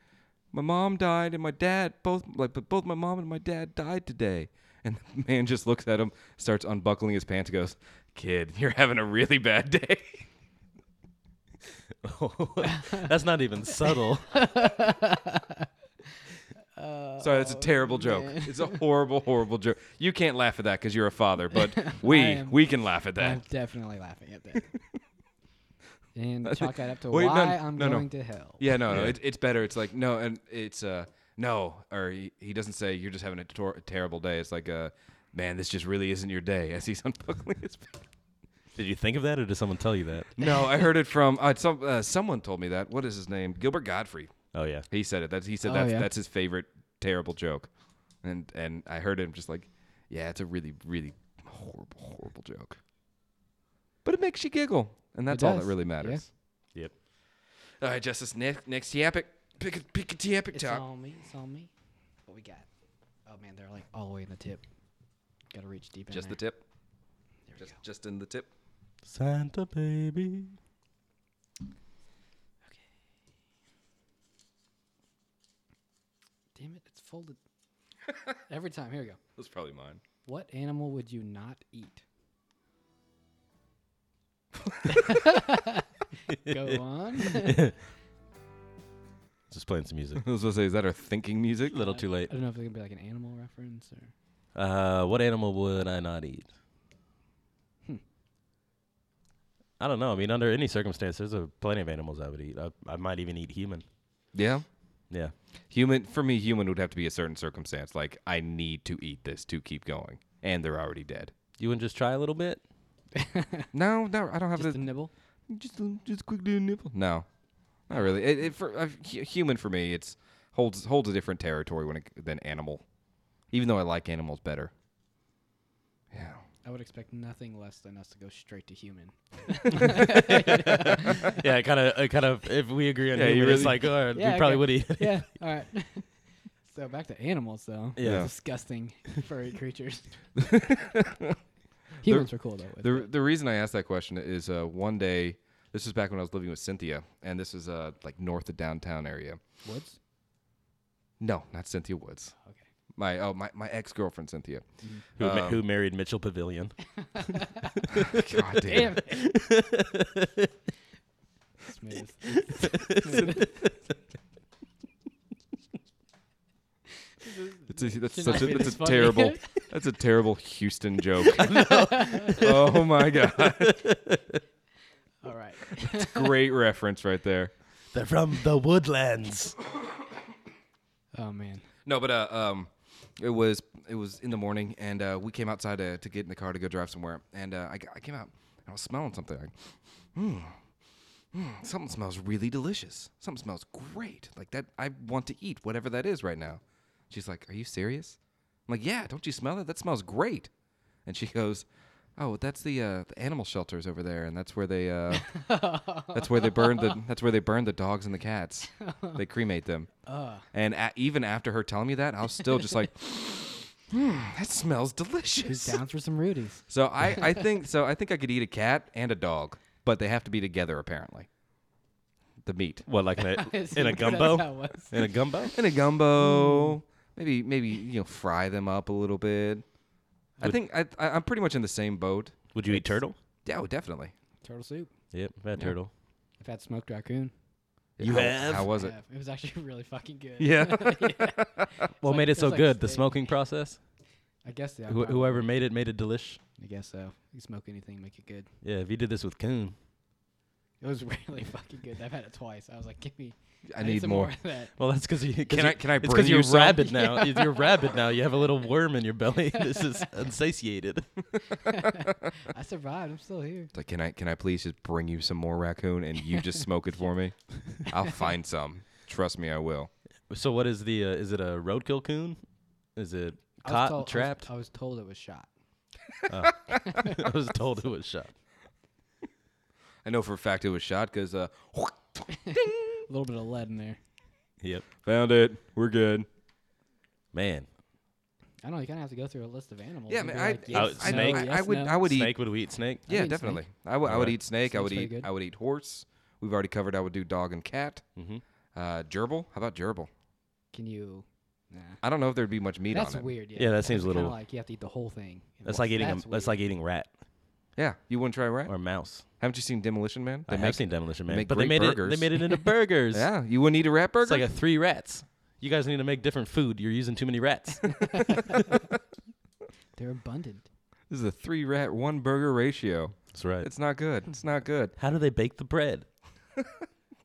Speaker 3: my mom died and my dad both like but both my mom and my dad died today." And the [laughs] man just looks at him, starts unbuckling his pants, and goes, "Kid, you're having a really bad day." [laughs]
Speaker 2: That's not even
Speaker 3: [laughs]
Speaker 2: subtle.
Speaker 3: Sorry, that's a terrible joke. It's a horrible, horrible joke. You can't laugh at that because you're a father, but we
Speaker 4: am-
Speaker 3: we can laugh at
Speaker 4: I'm [laughs]
Speaker 3: that.
Speaker 4: definitely laughing
Speaker 3: [laughs]
Speaker 4: at that. and chalk that up to
Speaker 3: Wait, no,
Speaker 4: why I'm
Speaker 3: no, no.
Speaker 4: going to hell.
Speaker 3: Yeah, no, no, it, it's better. It's like no, and it's uh no, or he, he doesn't say you're just having a, tor- a terrible day. It's like uh man, this just really isn't your day. [laughs] As he's unbuckling his.
Speaker 2: Did you think of that, or did someone tell you that?
Speaker 3: [laughs] no, I heard it from uh, some uh, someone told me that. What is his name? Gilbert Godfrey.
Speaker 2: Oh yeah.
Speaker 3: He said it. That's he said
Speaker 4: Oh,
Speaker 3: that's
Speaker 4: yeah.
Speaker 3: that's his favorite terrible joke, and and I heard him just like, yeah, it's a really really horrible horrible joke, but it makes you giggle, and that's all that
Speaker 4: does,
Speaker 3: really
Speaker 4: yeah.
Speaker 3: matters.
Speaker 2: Yep.
Speaker 3: All right, Justice. Next next yapic, pick a pick a yapic
Speaker 4: It's
Speaker 3: top.
Speaker 4: on me. It's on me. What we got? Oh, man, they're like all the way in the tip. Got to reach deep in
Speaker 3: Just the
Speaker 4: there.
Speaker 3: tip. Just just in the tip.
Speaker 2: Santa baby.
Speaker 4: Damn it, it's folded. [laughs] Every time. Here we go.
Speaker 3: That's probably mine.
Speaker 4: What animal would you not eat? [laughs] go on. [laughs] I
Speaker 2: Just playing some music.
Speaker 3: [laughs] I was gonna say, is that our thinking music?
Speaker 2: A little too late.
Speaker 4: don't know if it's gonna be like an animal reference or
Speaker 2: Uh, what animal would I not eat? Hmm. I don't know. I mean, under any circumstance, there's a plenty of animals I would eat. I, I might even eat human.
Speaker 3: Yeah.
Speaker 2: Yeah.
Speaker 3: Human for me, human would have to be a certain circumstance. Like I need to eat this to keep going, and they're already dead.
Speaker 2: You wouldn't just try a little bit?
Speaker 3: No, no, I don't have
Speaker 4: just
Speaker 3: the-
Speaker 4: a nibble.
Speaker 3: Just a, just a quick little nipple. No, not really. It, it for uh, hu- human for me, it's holds holds a different territory when it, than animal. Even though I like animals better. Yeah.
Speaker 4: I would expect nothing less than us to go straight to human.
Speaker 2: [laughs] yeah, it kind of, it kind of. If we agree on
Speaker 3: Yeah, you
Speaker 2: human, it's
Speaker 3: really-
Speaker 2: like, oh,
Speaker 4: Yeah,
Speaker 2: we probably
Speaker 4: okay.
Speaker 2: would eat. [laughs]
Speaker 4: yeah. All right. [laughs] so back to animals though.
Speaker 2: Yeah. Yeah.
Speaker 4: Disgusting [laughs]
Speaker 2: [laughs]
Speaker 4: furry creatures. Humans are cool though. With
Speaker 3: The the reason I asked that question is uh, one day. This was back when I was living with Cynthia, and this is uh, like north of downtown area.
Speaker 2: [laughs]
Speaker 4: woods.
Speaker 3: No, not Cynthia Woods.
Speaker 4: Okay.
Speaker 3: My oh my, my ex girlfriend
Speaker 4: [laughs]
Speaker 3: Cynthia.
Speaker 2: Who, ma- who married Mitchell Pavilion?
Speaker 3: God damn.
Speaker 4: Smooth.
Speaker 2: [laughs]
Speaker 3: It's a, that's
Speaker 4: Should
Speaker 3: such
Speaker 4: not
Speaker 3: a,
Speaker 4: be
Speaker 3: that's
Speaker 4: this
Speaker 3: a
Speaker 4: funny. [laughs]
Speaker 3: terrible that's a terrible Houston joke. oh my god.
Speaker 4: All right.
Speaker 3: Great reference right there.
Speaker 2: They're from the woodlands.
Speaker 4: Oh man.
Speaker 3: No, but uh, um, it was it was in the morning, and uh, we came outside to, to get in the car to go drive somewhere, and uh, I, g- I came out and I was smelling something. Like, hmm, hmm, something smells really delicious. Something smells great. Like that, I want to eat whatever that is right now. She's like, "Are you serious?" I'm like, "Yeah, don't you smell it? That smells great." And she goes, "Oh, that's the uh, the animal shelters over there, and that's where they uh, that's where they burn the that's [laughs] where they burn the dogs and the cats. They cremate them." And a- even after her telling me that, I was still just like, hmm, that smells delicious.
Speaker 4: Down for some Rudies.
Speaker 3: So I, I think so I think I could eat a cat and a dog, but they have to be together apparently. The meat.
Speaker 2: What, like in a, [laughs]
Speaker 4: [laughs]
Speaker 2: in a
Speaker 4: That's how it
Speaker 2: gumbo?
Speaker 4: was.
Speaker 2: In a gumbo?
Speaker 3: And a gumbo. Maybe maybe you know, fry them up a little bit. I think I I- I'm pretty much in the same boat.
Speaker 2: Would you eat turtle?
Speaker 3: Yeah, oh, definitely.
Speaker 4: Turtle soup.
Speaker 2: Yep, Fat
Speaker 3: Yeah.
Speaker 2: Turtle.
Speaker 4: I've had smoked raccoon.
Speaker 2: You
Speaker 3: how,
Speaker 2: have?
Speaker 3: How was it?
Speaker 4: Yeah, it was actually [laughs] really fucking good.
Speaker 3: Yeah.
Speaker 2: What
Speaker 4: like-
Speaker 2: made it
Speaker 4: it's
Speaker 2: so
Speaker 4: like
Speaker 2: good? The
Speaker 4: steak.
Speaker 2: smoking process.
Speaker 4: I guess yeah.
Speaker 2: Wh-
Speaker 4: probably.
Speaker 2: whoever made it made it delish.
Speaker 4: I guess so. You can smoke anything, make it good.
Speaker 2: Yeah, if you did this with Coon,
Speaker 4: It was [laughs] really fucking good. I've had it twice. I was like, give me.
Speaker 3: [laughs] I need
Speaker 4: some
Speaker 3: more.
Speaker 4: more. of
Speaker 3: [laughs]
Speaker 4: that.
Speaker 2: well, that's because you. 'cause
Speaker 3: Can
Speaker 2: you-
Speaker 3: I- can I
Speaker 2: It's
Speaker 3: bring
Speaker 2: you're
Speaker 3: you some?
Speaker 2: rabid [laughs] now. You're rabid now. You have a little worm in your belly. [laughs] This is unsatiated.
Speaker 4: I survived. I'm still here.
Speaker 3: It's like, can I can I please just bring you some more raccoon and you just smoke it for
Speaker 2: [laughs]
Speaker 3: me? I'll find some. Trust me, I will.
Speaker 2: So what is the? Uh, is it a roadkill coon? Is it
Speaker 4: I was
Speaker 2: caught
Speaker 4: told-
Speaker 2: and trapped? [laughs]
Speaker 4: I was, I was told it was shot.
Speaker 2: I was told it was shot.
Speaker 3: I know for a fact it was shot because uh, [laughs]
Speaker 4: A little bit of lead in there.
Speaker 2: Yep.
Speaker 3: found it. We're good.
Speaker 2: Man,
Speaker 4: I don't know. You kind of have to go through a list of animals.
Speaker 3: Yeah,
Speaker 4: and
Speaker 3: man,
Speaker 4: be
Speaker 3: I,
Speaker 2: I-
Speaker 4: like, yes,
Speaker 2: I-
Speaker 4: no,
Speaker 2: snake.
Speaker 4: yes,
Speaker 3: I would
Speaker 4: no.
Speaker 3: I would eat
Speaker 2: snake would we eat snake?
Speaker 3: Yeah,
Speaker 4: eat snake.
Speaker 3: definitely. I would- I would
Speaker 2: Alright.
Speaker 3: eat snake. I would
Speaker 4: Snake's
Speaker 3: eat.
Speaker 4: pretty good.
Speaker 3: I would eat horse. We've already covered. I would do dog and cat.
Speaker 2: Mhm.
Speaker 3: Uh, gerbil. How about gerbil?
Speaker 4: Can you? Nah.
Speaker 3: I don't know if there'd be much meat
Speaker 4: That's
Speaker 3: on it.
Speaker 4: weird. Yeah,
Speaker 2: Yeah, that seems a
Speaker 4: kinda
Speaker 2: little-
Speaker 4: like you have to eat the whole thing. in
Speaker 2: That's
Speaker 4: once.
Speaker 2: like eating. a,
Speaker 4: weird.
Speaker 2: that's like eating rat
Speaker 3: Yeah, you wouldn't try rat.
Speaker 2: or mouse.
Speaker 3: Haven't you seen Demolition Man?
Speaker 2: I have seen Demolition Man,
Speaker 3: make
Speaker 2: but they
Speaker 3: great
Speaker 2: made it.
Speaker 3: burgers.
Speaker 2: They made it into burgers.
Speaker 3: Yeah, you wouldn't eat a rat burger.
Speaker 2: It's like a three rats. You guys need to make different food. You're using too many rats.
Speaker 4: they're abundant.
Speaker 3: this is a three rat one burger ratio.
Speaker 2: That's right.
Speaker 3: It's not good. It's not good.
Speaker 2: How do they bake the bread? [laughs]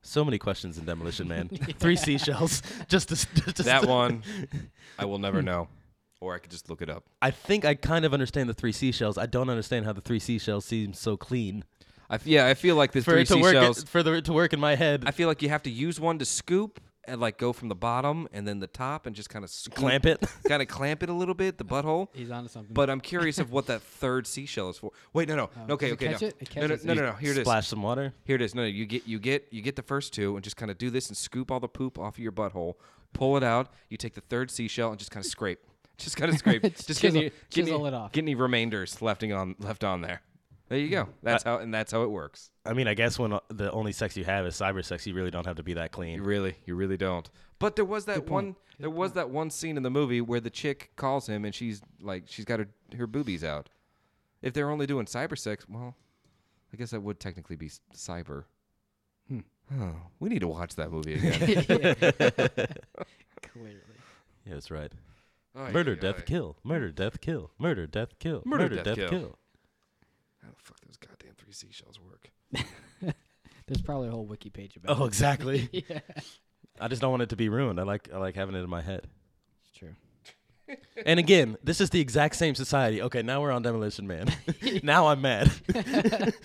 Speaker 2: so many questions in Demolition Man. Three seashells. [laughs] Just to, s- just to
Speaker 3: [laughs] That
Speaker 2: st-
Speaker 3: one,
Speaker 4: [laughs]
Speaker 3: I will never know. Or I could just look it up.
Speaker 2: I think I kind of understand the three seashells. I don't understand how the three seashells seem so clean.
Speaker 3: I f- yeah, I feel like the
Speaker 2: For
Speaker 3: three
Speaker 2: it to work,
Speaker 3: seashells.
Speaker 2: it, for the, it to work in my head,
Speaker 3: I feel like you have to use one to scoop and like go from the bottom and then the top and just kind of
Speaker 2: clamp
Speaker 3: [laughs]
Speaker 2: it.
Speaker 3: kind of clamp it a little bit, the butthole.
Speaker 4: He's onto something. [laughs]
Speaker 3: But [laughs] I'm curious of what that third seashell is for. Wait, no, no, okay,
Speaker 4: Oh, does it
Speaker 3: okay,
Speaker 4: catch
Speaker 3: no.
Speaker 4: it? It
Speaker 3: no, no,
Speaker 4: catches
Speaker 3: no,
Speaker 4: it.
Speaker 3: no, no. Here it is.
Speaker 2: Splash some water.
Speaker 3: Here it is. No, no. You get, you get, you get the first two, and just kind of do this and scoop all the poop off of your butthole. Pull it out. You take the third seashell and just kind of scrape. [laughs] Just
Speaker 4: [laughs]
Speaker 3: kind of scrape. just get
Speaker 4: Chisel-
Speaker 3: any, get any-
Speaker 4: chisel it off. Uh,
Speaker 3: Get any remainders left on left on there. There you go. That's how and that's how it works.
Speaker 2: I mean, I guess when uh, the only sex you have is cyber sex, you really don't have to be that
Speaker 3: You
Speaker 2: clean.
Speaker 3: really, you really don't. But there was that one. There was that one scene in the movie where the chick calls him and she's like, she's got her her boobies out. If they're only doing cyber sex, well, I guess that would technically be s- cyber. Oh, we need to watch that movie [laughs] again.
Speaker 4: clearly,
Speaker 2: Yeah, that's right.
Speaker 3: Ay,
Speaker 2: Murder,
Speaker 3: ay,
Speaker 2: death,
Speaker 3: ay.
Speaker 2: kill. Murder, death, kill. Murder, death, kill.
Speaker 3: Murder,
Speaker 2: Murder,
Speaker 3: death,
Speaker 2: death,
Speaker 3: kill.
Speaker 2: kill.
Speaker 3: How the fuck those goddamn three seashells work?
Speaker 4: there's probably a whole wiki page about.
Speaker 2: Oh,
Speaker 4: it.
Speaker 2: exactly.
Speaker 4: yeah,
Speaker 2: I just don't want it to be ruined. I like I like having it in my head.
Speaker 4: it's true. [laughs]
Speaker 2: And again, this is the exact same society. Okay, now we're on Demolition
Speaker 4: [laughs]
Speaker 2: Man. [laughs] now I'm mad.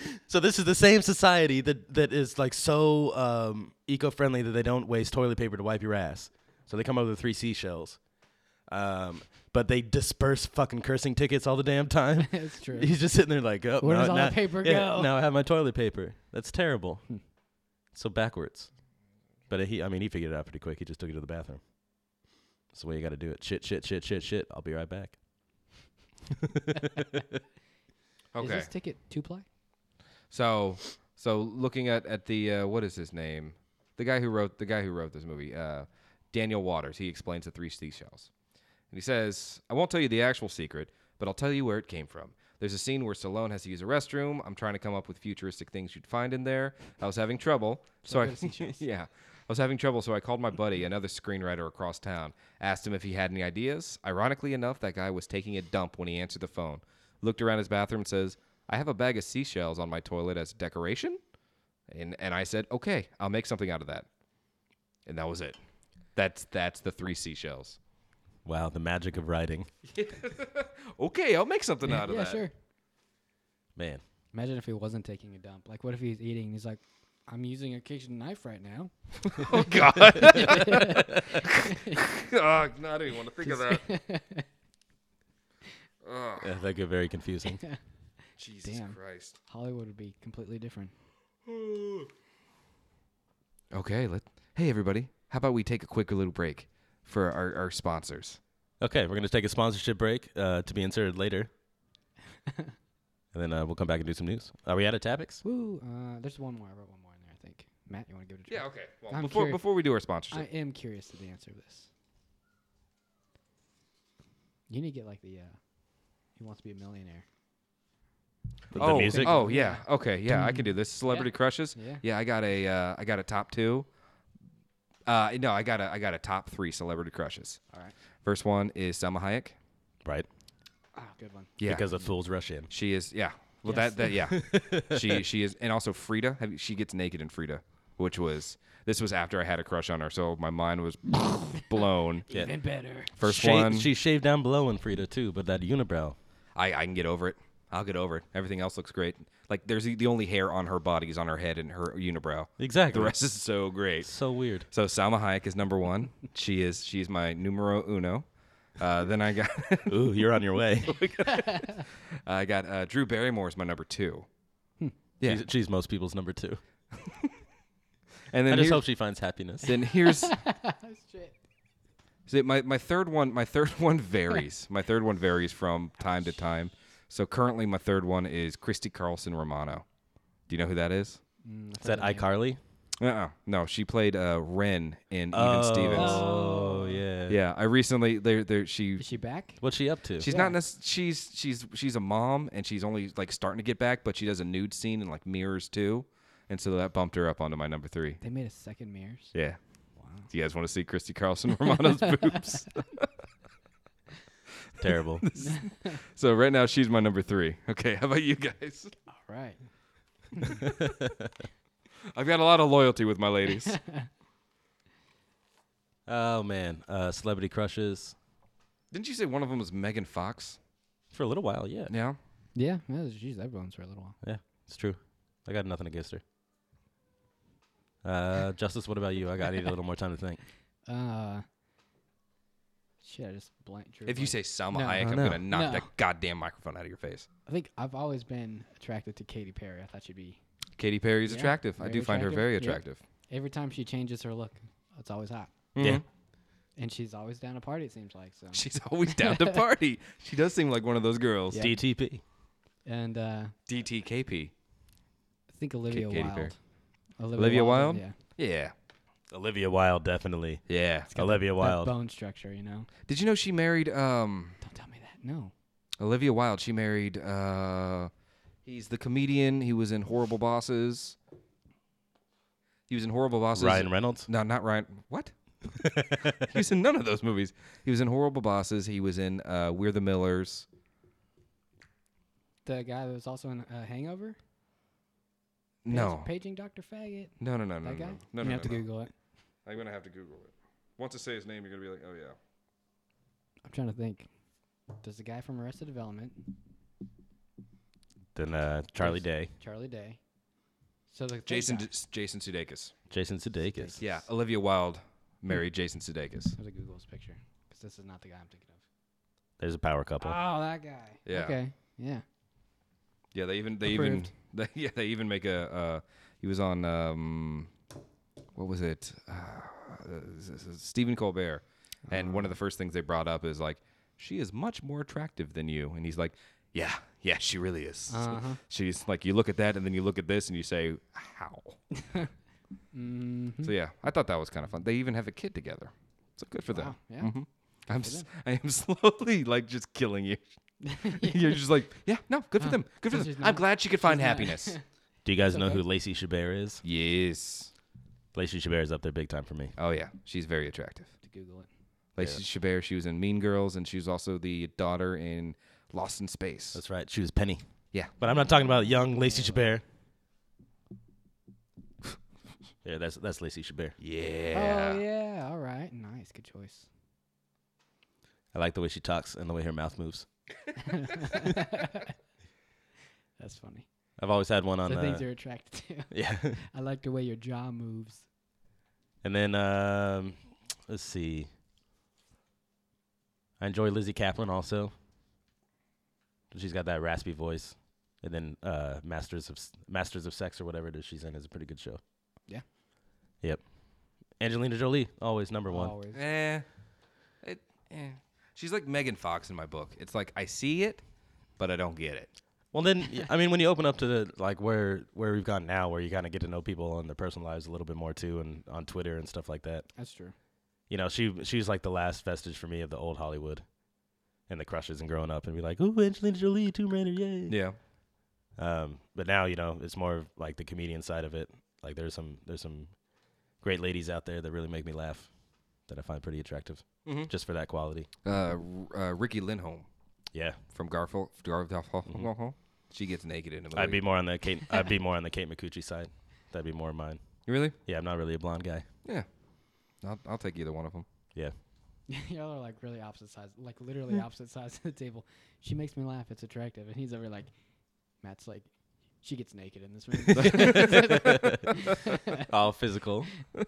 Speaker 2: [laughs] so this is the same society that that is like so um, eco-friendly that they don't waste toilet paper to wipe your ass. So they come up with three seashells. Um, but they disperse fucking cursing tickets all the damn time.
Speaker 4: It's [laughs] true.
Speaker 2: [laughs] He's just sitting there like, oh,
Speaker 4: Where
Speaker 2: now-
Speaker 4: does all the
Speaker 2: now-
Speaker 4: paper
Speaker 2: yeah,
Speaker 4: go?
Speaker 2: Now I have my toilet paper. That's terrible. So backwards. But he, I mean, he figured it out pretty quick. He just took it to the bathroom. That's the way you got to do it. Shit, shit, shit, shit, shit. I'll be right back.
Speaker 3: Okay.
Speaker 4: Is this ticket two ply?
Speaker 3: So, so looking at at the uh, what is his name? The guy who wrote the guy who wrote this movie, uh, Daniel Waters. He explains the three seashells, and he says, "I won't tell you the actual secret, but I'll tell you where it came from." There's a scene where Stallone has to use a restroom. I'm trying to come up with futuristic things you'd find in there. I was having trouble, so I [laughs] yeah, I was having trouble, so I called my buddy, another screenwriter across town, asked him if he had any ideas. Ironically enough, that guy was taking a dump when he answered the phone. Looked around his bathroom and says, I have a bag of seashells on my toilet as decoration. And and I said, Okay, I'll make something out of that. And that was it. That's that's the three seashells.
Speaker 2: Wow, the magic of writing.
Speaker 3: Okay, I'll make something out of
Speaker 4: yeah,
Speaker 3: that. [laughs]
Speaker 4: sure.
Speaker 2: Man.
Speaker 4: Imagine if he wasn't taking a dump. Like, what if he's eating and he's like, "I'm using a kitchen knife right now."
Speaker 3: [laughs] Oh
Speaker 4: [laughs]
Speaker 3: god. oh, no, I don't even want to think of
Speaker 4: [laughs]
Speaker 3: that.
Speaker 2: Yeah, that get very confusing.
Speaker 4: [laughs]
Speaker 3: Jesus
Speaker 4: Damn.
Speaker 3: Christ. [sighs]
Speaker 4: Hollywood would be completely different. [laughs]
Speaker 3: Okay, let hey everybody. How about we take a quick little break for our, our sponsors?
Speaker 2: okay, we're going to take a sponsorship break uh, to be inserted later. and then uh, we'll come back and do some news. Are we out of topics?
Speaker 4: Woo! Uh, there's one more. I wrote one more in there. I think. Matt, you want to give it a try?
Speaker 3: Yeah, okay. Well,
Speaker 4: I'm
Speaker 3: before
Speaker 4: curi-
Speaker 3: before we do our sponsorship.
Speaker 4: I am curious to the answer of this. You need to get like the uh, Who Wants to Be a Millionaire
Speaker 1: The, the
Speaker 3: oh,
Speaker 1: music.
Speaker 3: Oh yeah. Okay. Yeah, I can do this. Celebrity crushes.
Speaker 4: Yeah.
Speaker 3: Yeah, I got a uh, I got a top two. Uh, no, I got a I got a top three celebrity crushes. All right. First one is Selma Hayek.
Speaker 1: Right.
Speaker 4: Oh,
Speaker 3: Ah,
Speaker 4: good one.
Speaker 3: Yeah.
Speaker 1: Because of Fools Rush In.
Speaker 3: she is. Yeah. Well, that
Speaker 2: [laughs]
Speaker 3: that yeah. she she is, and also Frida. Have you, she gets naked in Frida, which was this was after I had a crush on her, so my mind
Speaker 2: [laughs]
Speaker 3: was blown.
Speaker 4: Even better.
Speaker 3: First
Speaker 2: Sha-
Speaker 3: one,
Speaker 2: She shaved down below in Frida too, but that unibrow.
Speaker 3: I I can get over it. I'll get over it. Everything else looks great. Like there's the the only hair on her body is on her head and her unibrow.
Speaker 2: Exactly.
Speaker 3: [laughs] The rest is so great.
Speaker 2: So weird.
Speaker 3: So Salma Hayek is number one. She is she's my numero uno. Uh, then I got [laughs]
Speaker 1: Ooh, you're on your
Speaker 2: [laughs]
Speaker 1: way.
Speaker 3: I got uh, Drew Barrymore is my number two. Yeah.
Speaker 2: She's, she's most people's number two.
Speaker 3: And then
Speaker 2: I just
Speaker 3: here-
Speaker 2: hope she finds happiness.
Speaker 3: then here's See, my my third one my third [laughs] one varies. my third one varies from time to time. So currently my third one is Christy Carlson Romano. Do you know who that is?
Speaker 2: Is that iCarly?
Speaker 3: Uh uh No, she played uh, Ren in Even Stevens.
Speaker 2: Oh yeah.
Speaker 3: Yeah, I recently there there she
Speaker 4: Is she back?
Speaker 2: What's she up to?
Speaker 3: She's [laughs] not necess- she's she's she's a mom and she's only like starting to get back, but she does a nude scene and like mirrors too, and so that bumped her up onto my number three.
Speaker 4: They made a second mirrors.
Speaker 3: Yeah. Do you guys want to see Christy Carlson Romano's boobs?
Speaker 2: terrible.
Speaker 3: So right now she's my number three. Okay, [laughs] how about you guys?
Speaker 4: All right.
Speaker 3: Hmm. I've got a lot of loyalty with my ladies. [laughs]
Speaker 2: oh man, uh, celebrity crushes
Speaker 3: Didn't you say one of them was Megan Fox?
Speaker 2: for a little while. Yeah.
Speaker 3: Yeah.
Speaker 4: Yeah. yeah geez, that bones for a little while.
Speaker 2: Yeah, it's true. I got nothing against her. Uh, Justice, what about you? I got I need a little more time to think.
Speaker 4: Uh, shit, I just blank. drew a
Speaker 3: If you
Speaker 4: blank.
Speaker 3: say Salma
Speaker 4: No.
Speaker 3: Hayek, I'm
Speaker 2: No.
Speaker 3: gonna knock
Speaker 4: No.
Speaker 3: that goddamn microphone out of your face.
Speaker 4: I think I've always been attracted to Katy Perry. I thought she'd be.
Speaker 3: Katy Perry is
Speaker 4: Yeah,
Speaker 3: attractive. I
Speaker 4: very
Speaker 3: do find her
Speaker 4: attractive.
Speaker 3: very
Speaker 4: Yep.
Speaker 3: attractive.
Speaker 4: Every time she changes her look, it's always hot,
Speaker 2: Yeah.
Speaker 3: Mhm.
Speaker 4: and she's always down to party. It seems like so.
Speaker 3: [laughs] She's always down to party. [laughs] She does seem like one of those girls.
Speaker 4: Yeah.
Speaker 2: DTP.
Speaker 4: And uh, I
Speaker 3: DTKP.
Speaker 4: think Olivia
Speaker 3: Katy
Speaker 4: Wilde.
Speaker 3: Perry.
Speaker 4: Olivia,
Speaker 3: Olivia Wilde?
Speaker 4: Yeah.
Speaker 3: Yeah.
Speaker 1: Olivia Wilde, definitely.
Speaker 3: Yeah.
Speaker 1: Olivia
Speaker 4: That
Speaker 1: Wilde.
Speaker 4: bone structure, you know.
Speaker 3: Did you know she married um
Speaker 4: Don't tell me that. No.
Speaker 3: Olivia Wilde, she married uh he's the comedian, he was in Horrible Bosses. He was in Horrible Bosses.
Speaker 1: Ryan Reynolds.
Speaker 3: No, not Ryan. What? [laughs] he was in none of those movies. He was in Horrible Bosses, he was in uh We're the Millers.
Speaker 4: The guy that was also in uh, Hangover. Page-
Speaker 3: No.
Speaker 4: Paging Dr. Faggot.
Speaker 3: No, no, no, no.
Speaker 4: That guy.
Speaker 3: No, no,
Speaker 4: you
Speaker 3: no.
Speaker 4: have to
Speaker 3: no, no.
Speaker 4: Google it.
Speaker 3: I'm going to have to Google it. Once I say his name, you're going to be like, "Oh yeah."
Speaker 4: I'm trying to think. Does the guy from Arrested Development,
Speaker 1: Then uh, Charlie Day.
Speaker 4: Charlie Day? So the third
Speaker 3: Jason
Speaker 4: guy-
Speaker 3: D- Jason Sudeikis.
Speaker 2: Jason Sudeikis.
Speaker 3: Yeah, Olivia Wilde married Jason Sudeikis.
Speaker 4: Go to Google's picture because this is not the guy I'm thinking of.
Speaker 1: There's a power couple.
Speaker 4: Oh, that guy.
Speaker 3: Yeah.
Speaker 4: Okay. Yeah.
Speaker 3: Yeah, they even they
Speaker 4: Approved.
Speaker 3: even [laughs] they, yeah they even make a uh, he was on um, what was it uh, s- s- s- Stephen Colbert, and
Speaker 4: Ah.
Speaker 3: one of the first things they brought up is like she is much more attractive than you, and he's like, yeah, yeah, she really is.
Speaker 4: Uh-huh.
Speaker 3: [laughs] She's like you look at that, and then you look at this, and you say, how?
Speaker 4: [laughs] Mm-hmm.
Speaker 3: So yeah, I thought that was kind of fun. They even have a kid together, so good for them.
Speaker 4: Wow, yeah.
Speaker 3: Mhm. I'm s- I am [laughs] slowly like just killing you. [laughs] You're just like, yeah, no, good for them. Good for
Speaker 4: so
Speaker 3: them.
Speaker 4: she's
Speaker 3: I'm
Speaker 4: not-
Speaker 3: glad she could find
Speaker 4: not-
Speaker 3: happiness.
Speaker 1: Do you guys know who Lacey Chabert is?
Speaker 3: Yes.
Speaker 1: Lacey Chabert is up there big time for me.
Speaker 3: Oh yeah, she's very attractive.
Speaker 4: To Google it.
Speaker 3: Lacey Chabert, she was in Mean Girls, and she was also the daughter in Lost in Space.
Speaker 2: That's right. She was Penny.
Speaker 3: yeah.
Speaker 2: But I'm not talking about young Lacey Chabert. yeah, that's that's Lacey Chabert.
Speaker 3: Yeah.
Speaker 4: Oh yeah. All right. Nice. Good [laughs] choice.
Speaker 2: I like the way she talks and the way her mouth moves.
Speaker 4: That's funny.
Speaker 2: I've always had one on.
Speaker 4: The
Speaker 2: Uh,
Speaker 4: things you're attracted to.
Speaker 2: [laughs]
Speaker 4: [laughs]
Speaker 2: yeah.
Speaker 4: I like the way your jaw moves.
Speaker 2: and then um, let's see. I enjoy Lizzie Kaplan also. She's got that raspy voice. And then uh, Masters of S- Masters of Sex or whatever it is she's in is a pretty good show.
Speaker 4: Yeah.
Speaker 2: Yep. Angelina Jolie always number one.
Speaker 4: Always.
Speaker 3: Eh. It, eh. She's like Megan Fox in my book. It's like I see it, but I don't get it.
Speaker 2: Well, then, y- I mean, when you open up to the like where where we've gone now, where you kind of get to know people and their personal lives a little bit more too, and on Twitter and stuff like that.
Speaker 4: That's true. [laughs]
Speaker 2: You know, she she's like the last vestige for me of the old Hollywood, and the crushes and growing up and be like, ooh, Angelina Jolie, Tomb Raider, yay.
Speaker 3: Yeah.
Speaker 2: Um, but now you know it's more of like the comedian side of it. Like there's some there's some great ladies out there that really make me laugh that I find pretty attractive just for that quality.
Speaker 3: Mm-hmm. Uh, R- uh, Ricky Lindholm
Speaker 2: Yeah,
Speaker 3: from Garfield. Garfield. She gets naked in a movie.
Speaker 2: I'd be more on the Kate. I'd [laughs] be more on the Kate McCucci side. That'd be more mine.
Speaker 3: really?
Speaker 2: Yeah, I'm not really a blonde guy.
Speaker 3: Yeah. I'll, I'll take either one of them.
Speaker 2: Yeah,
Speaker 4: Y'all are like really opposite sides, like literally opposite sides of the table. She makes me laugh. It's attractive, and he's over like, Matt's like, she gets naked in this
Speaker 3: [laughs]
Speaker 4: movie.
Speaker 2: all physical.
Speaker 4: [laughs]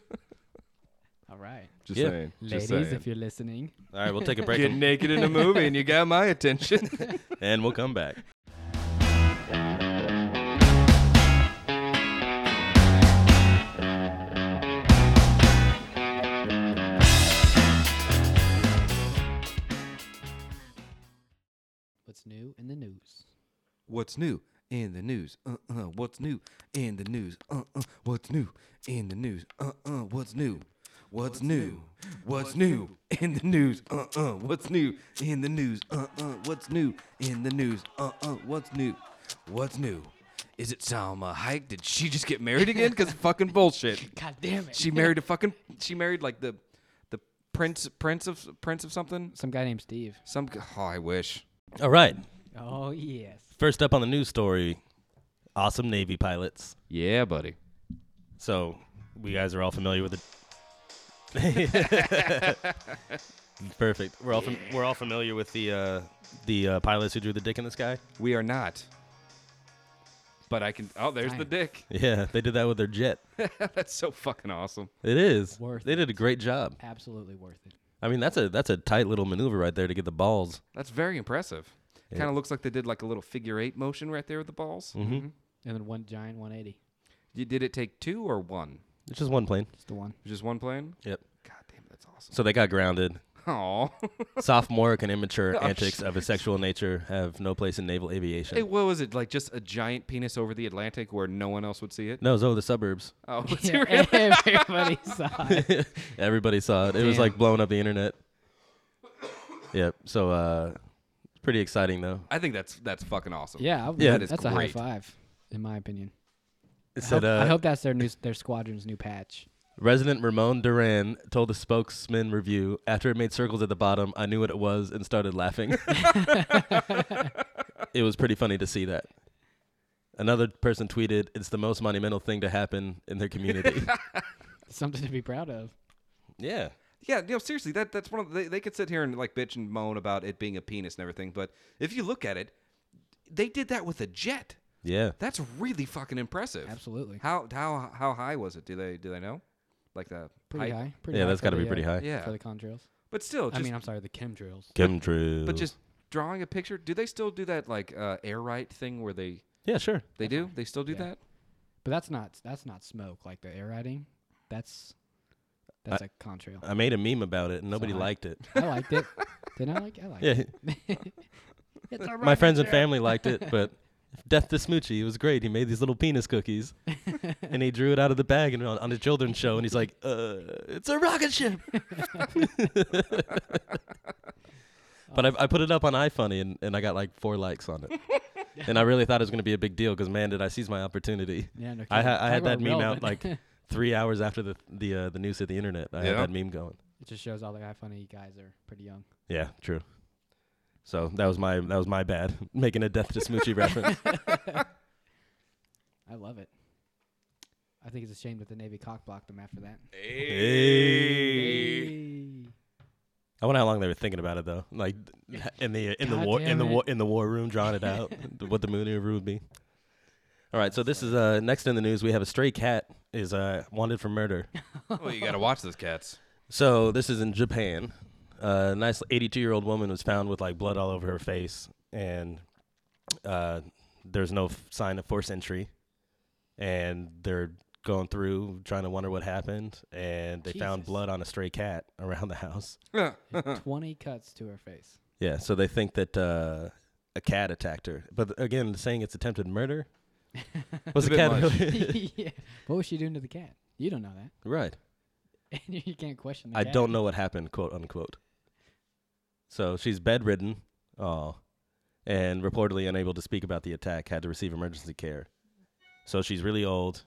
Speaker 4: All right,
Speaker 3: Just
Speaker 2: Yeah.
Speaker 3: saying.
Speaker 4: ladies, if you're listening,
Speaker 2: All right, we'll take a break
Speaker 3: Get
Speaker 2: and,
Speaker 3: naked in a movie and you got my attention.
Speaker 2: and we'll come back.
Speaker 4: what's new in the news?
Speaker 3: What's new in the news? Uh uh. What's new in the news? Uh uh. What's new in the news? Uh uh. What's new? What's new? What's new in the news? Uh uh. What's new in the news? Uh uh. What's new in the news? Uh uh. What's new? What's new? [laughs] Is it Salma Hayek? Did she just get married again? Cause fucking bullshit.
Speaker 4: God damn it!
Speaker 3: She married a fucking. She married like the, the prince prince of prince of something.
Speaker 4: Some guy named Steve.
Speaker 3: Some. g- Oh, I wish.
Speaker 7: All right.
Speaker 4: Oh [laughs] yes.
Speaker 7: First up on the
Speaker 2: News story: Awesome Navy pilots.
Speaker 3: Yeah, buddy.
Speaker 2: So we guys are all familiar with the. [laughs] Perfect. We're all fam- we're all familiar with the uh, the uh, pilots who drew the dick in the sky.
Speaker 3: We are not. But I can. Oh, there's the
Speaker 4: Dang.
Speaker 3: dick. [laughs]
Speaker 2: Yeah, they did that with their jet.
Speaker 3: That's so fucking awesome.
Speaker 2: It is.
Speaker 4: Worth
Speaker 2: they did a great job.
Speaker 4: Absolutely worth it.
Speaker 2: I mean, that's a that's a tight little maneuver right there to get the balls.
Speaker 3: That's very impressive. Kind of looks like they did like a little figure eight motion right there with the balls. Mm-hmm.
Speaker 4: And then one giant 180.
Speaker 3: You, did it take two or one?
Speaker 2: It's just one plane.
Speaker 4: It's the [laughs] one.
Speaker 3: Just one plane?
Speaker 2: Yep.
Speaker 3: God damn, that's awesome.
Speaker 2: So they got grounded.
Speaker 3: Aw.
Speaker 2: Sophomoric and
Speaker 4: [laughs] Oh,
Speaker 2: immature
Speaker 3: I'm
Speaker 2: antics of a sexual nature have no place in naval aviation.
Speaker 3: hey, what was it? Like just a giant penis over the Atlantic where no one else would see it?
Speaker 2: No, it was over the suburbs.
Speaker 3: [laughs] Oh, was
Speaker 4: [laughs]
Speaker 3: it really?
Speaker 4: Yeah, everybody saw it.
Speaker 2: Everybody saw it. It was like blowing up the internet. Yep. So uh, it's pretty exciting though.
Speaker 3: I think that's that's fucking awesome.
Speaker 4: [laughs] Yeah, I-
Speaker 2: Yeah,
Speaker 3: that is
Speaker 4: that's a high
Speaker 3: great.
Speaker 4: five, in my opinion.
Speaker 2: It
Speaker 4: I
Speaker 2: said
Speaker 4: hope, I
Speaker 2: uh,
Speaker 4: hope that's their new their squadron's new patch.
Speaker 2: resident Ramon Duran told the spokesman review after it made circles at the bottom. I knew what it was and started
Speaker 4: [laughs]
Speaker 2: laughing. it was pretty funny to see that. Another person tweeted, "It's the most monumental thing to happen in their
Speaker 4: [laughs]
Speaker 2: community."
Speaker 4: [laughs] Something to be proud of.
Speaker 2: yeah.
Speaker 3: Yeah, no, seriously, that that's one of the, they, they could sit here and like bitch and moan about it being a penis and everything, but if you look at it, they did that with a jet.
Speaker 2: Yeah.
Speaker 3: That's really fucking impressive.
Speaker 4: Absolutely.
Speaker 3: How how how high was it? Do they do they know? Like the
Speaker 4: Pretty
Speaker 3: height?
Speaker 4: high. Pretty
Speaker 2: yeah,
Speaker 4: high
Speaker 2: that's
Speaker 4: for
Speaker 2: got to
Speaker 4: the,
Speaker 2: be pretty
Speaker 4: uh,
Speaker 2: high.
Speaker 3: Yeah,
Speaker 4: For the contrails.
Speaker 3: but still, just,
Speaker 4: I mean, I'm sorry, the chemtrails.
Speaker 2: Chemtrails.
Speaker 3: but just drawing a picture. Do they still do that like uh, air right thing where they
Speaker 2: yeah, sure.
Speaker 3: they do they still do
Speaker 4: Yeah.
Speaker 3: that?
Speaker 4: But that's not that's not smoke like the air riding. That's that's a contrail.
Speaker 2: I made a meme about it and nobody
Speaker 4: high.
Speaker 2: liked it.
Speaker 4: I
Speaker 2: [laughs]
Speaker 4: liked it. Did I like? it? I liked
Speaker 2: Yeah,
Speaker 4: it. [laughs] It's all
Speaker 2: my
Speaker 4: right,
Speaker 2: friends and
Speaker 4: it's all right.
Speaker 2: family liked it, but Death to Smoochie, it was great. He made these little penis cookies, and he drew it out of the bag and on, on his children's show, and he's like, "Uh, it's a rocket ship." but I, I put it up on iFunny, and, and I got like four likes on it. and I really thought it was going to be a big deal because man, did I seize my opportunity.
Speaker 4: Yeah, no
Speaker 2: I, ha-
Speaker 4: kidding.
Speaker 2: I
Speaker 4: Talk
Speaker 2: had that
Speaker 4: about
Speaker 2: meme out
Speaker 4: relevant. [laughs]
Speaker 2: like three hours after the the uh, the news hit the internet. I
Speaker 3: Yeah.
Speaker 2: had that meme going.
Speaker 4: It just shows all the guy funny guys are pretty young.
Speaker 2: Yeah, true. So that was my that was my bad [laughs] making a Death to Smoochie reference.
Speaker 4: I love it. I think it's a shame that the Navy cock blocked them after that.
Speaker 2: Hey.
Speaker 3: [laughs]
Speaker 2: I wonder how long they were thinking about it though. Like th- in the in the
Speaker 4: God
Speaker 2: war in
Speaker 4: damn
Speaker 2: the
Speaker 4: it.
Speaker 2: war in the war room, drawing it out th- what the maneuver would be. All right, so this is uh next in the news. We have a stray cat is uh wanted for murder.
Speaker 3: well, you gotta watch those cats.
Speaker 2: So this is in Japan. A nice 82 year old woman was found with like blood all over her face, and uh, there's no f- sign of forced entry. And they're going through trying to wonder what happened, and they found
Speaker 4: Jesus.
Speaker 2: blood on a stray cat around the house.
Speaker 4: Twenty cuts to her
Speaker 2: [laughs]
Speaker 4: face.
Speaker 2: Yeah, so they think that uh, a cat attacked her. But again, saying it's attempted murder was a
Speaker 3: bit
Speaker 2: cat
Speaker 3: much.
Speaker 2: really? [laughs]
Speaker 4: yeah. [laughs] What was she doing to the cat? You don't know that, [laughs]
Speaker 2: right?
Speaker 4: and you can't question. The
Speaker 2: I
Speaker 4: cat.
Speaker 2: don't know what happened, quote unquote. So she's bedridden. Oh. and reportedly unable to speak about the attack, had to receive emergency care. So she's really old,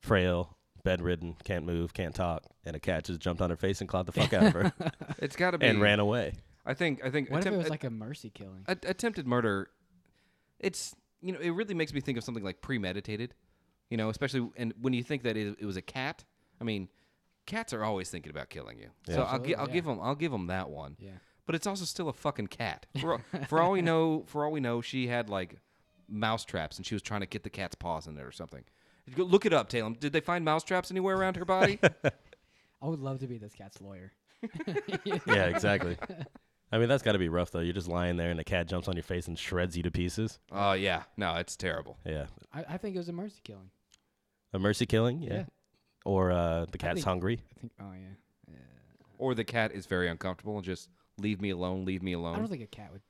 Speaker 2: frail, bedridden, can't move, can't talk, and a cat just jumped on her face and clawed the fuck out of [laughs] her
Speaker 3: [laughs] It's got to be
Speaker 2: and ran away.
Speaker 3: I think I think
Speaker 4: What if
Speaker 3: attempt-
Speaker 4: it was like a mercy killing?
Speaker 3: a- attempted murder. It's you know it really makes me think of something like premeditated. You know, especially and when you think that it, it was a cat. I mean, cats are always thinking about killing you. so I'll, gi- I'll
Speaker 4: Absolutely,
Speaker 3: give them I'll give them that one.
Speaker 4: Yeah.
Speaker 3: But it's also still a fucking cat. For, all- for all we know, for all we know, she had like mouse traps and she was trying to get the cat's paws in there or something. You go- Look it up, Talem. Did they find mouse traps anywhere around her body?
Speaker 4: I would love to be this cat's
Speaker 3: [laughs]
Speaker 4: lawyer.
Speaker 2: [laughs]
Speaker 4: [laughs]
Speaker 2: yeah, exactly. I mean, that's got to be rough though. You're just lying there, and a cat jumps on your face and shreds you to pieces.
Speaker 3: Oh yeah, no, it's terrible.
Speaker 2: Yeah,
Speaker 4: I, I think it was a mercy killing.
Speaker 2: a mercy killing. Yeah,
Speaker 4: Yeah.
Speaker 2: or uh, the cat's
Speaker 4: think-
Speaker 2: hungry.
Speaker 4: I think. Oh yeah.
Speaker 3: Or the cat is very uncomfortable and just leave me alone, leave me alone.
Speaker 4: I don't think a cat would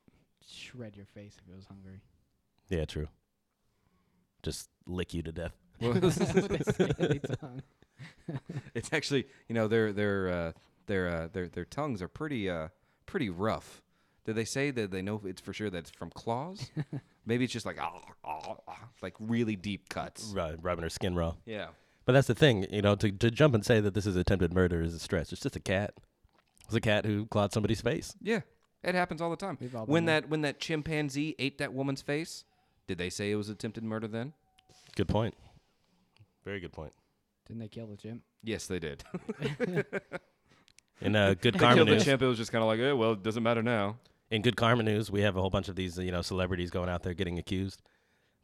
Speaker 4: shred your face if it was
Speaker 3: [laughs]
Speaker 4: hungry. [laughs]
Speaker 2: Yeah, true. Just lick you to death.
Speaker 4: [laughs]
Speaker 3: [laughs]
Speaker 4: With its scaly tongue.
Speaker 3: It's actually, you know, their their uh, their uh, their their tongues are pretty uh, pretty rough. Did they say that they know it's for sure that it's from [laughs] claws? Maybe it's just like ah, ah, ah, like really deep cuts.
Speaker 2: Right, rubbing her skin raw.
Speaker 3: Yeah.
Speaker 2: But that's the thing, you know, to, to jump and say that this is attempted murder is a stretch. It's just a cat. It's a cat who clawed somebody's face.
Speaker 3: Yeah. It happens all the time.
Speaker 4: We've all been
Speaker 3: When
Speaker 4: there.
Speaker 3: that when that chimpanzee ate that woman's face, did they say it was attempted murder then?
Speaker 2: Good point. Very good point.
Speaker 4: Didn't they kill the chimp?
Speaker 3: Yes, they did. [laughs]
Speaker 2: In uh, good
Speaker 3: They
Speaker 2: karma
Speaker 3: killed the
Speaker 2: news,
Speaker 3: chimp. It was just kind of like, eh, well, it doesn't matter now.
Speaker 2: in good karma news, we have a whole bunch of these, you know, celebrities going out there getting accused.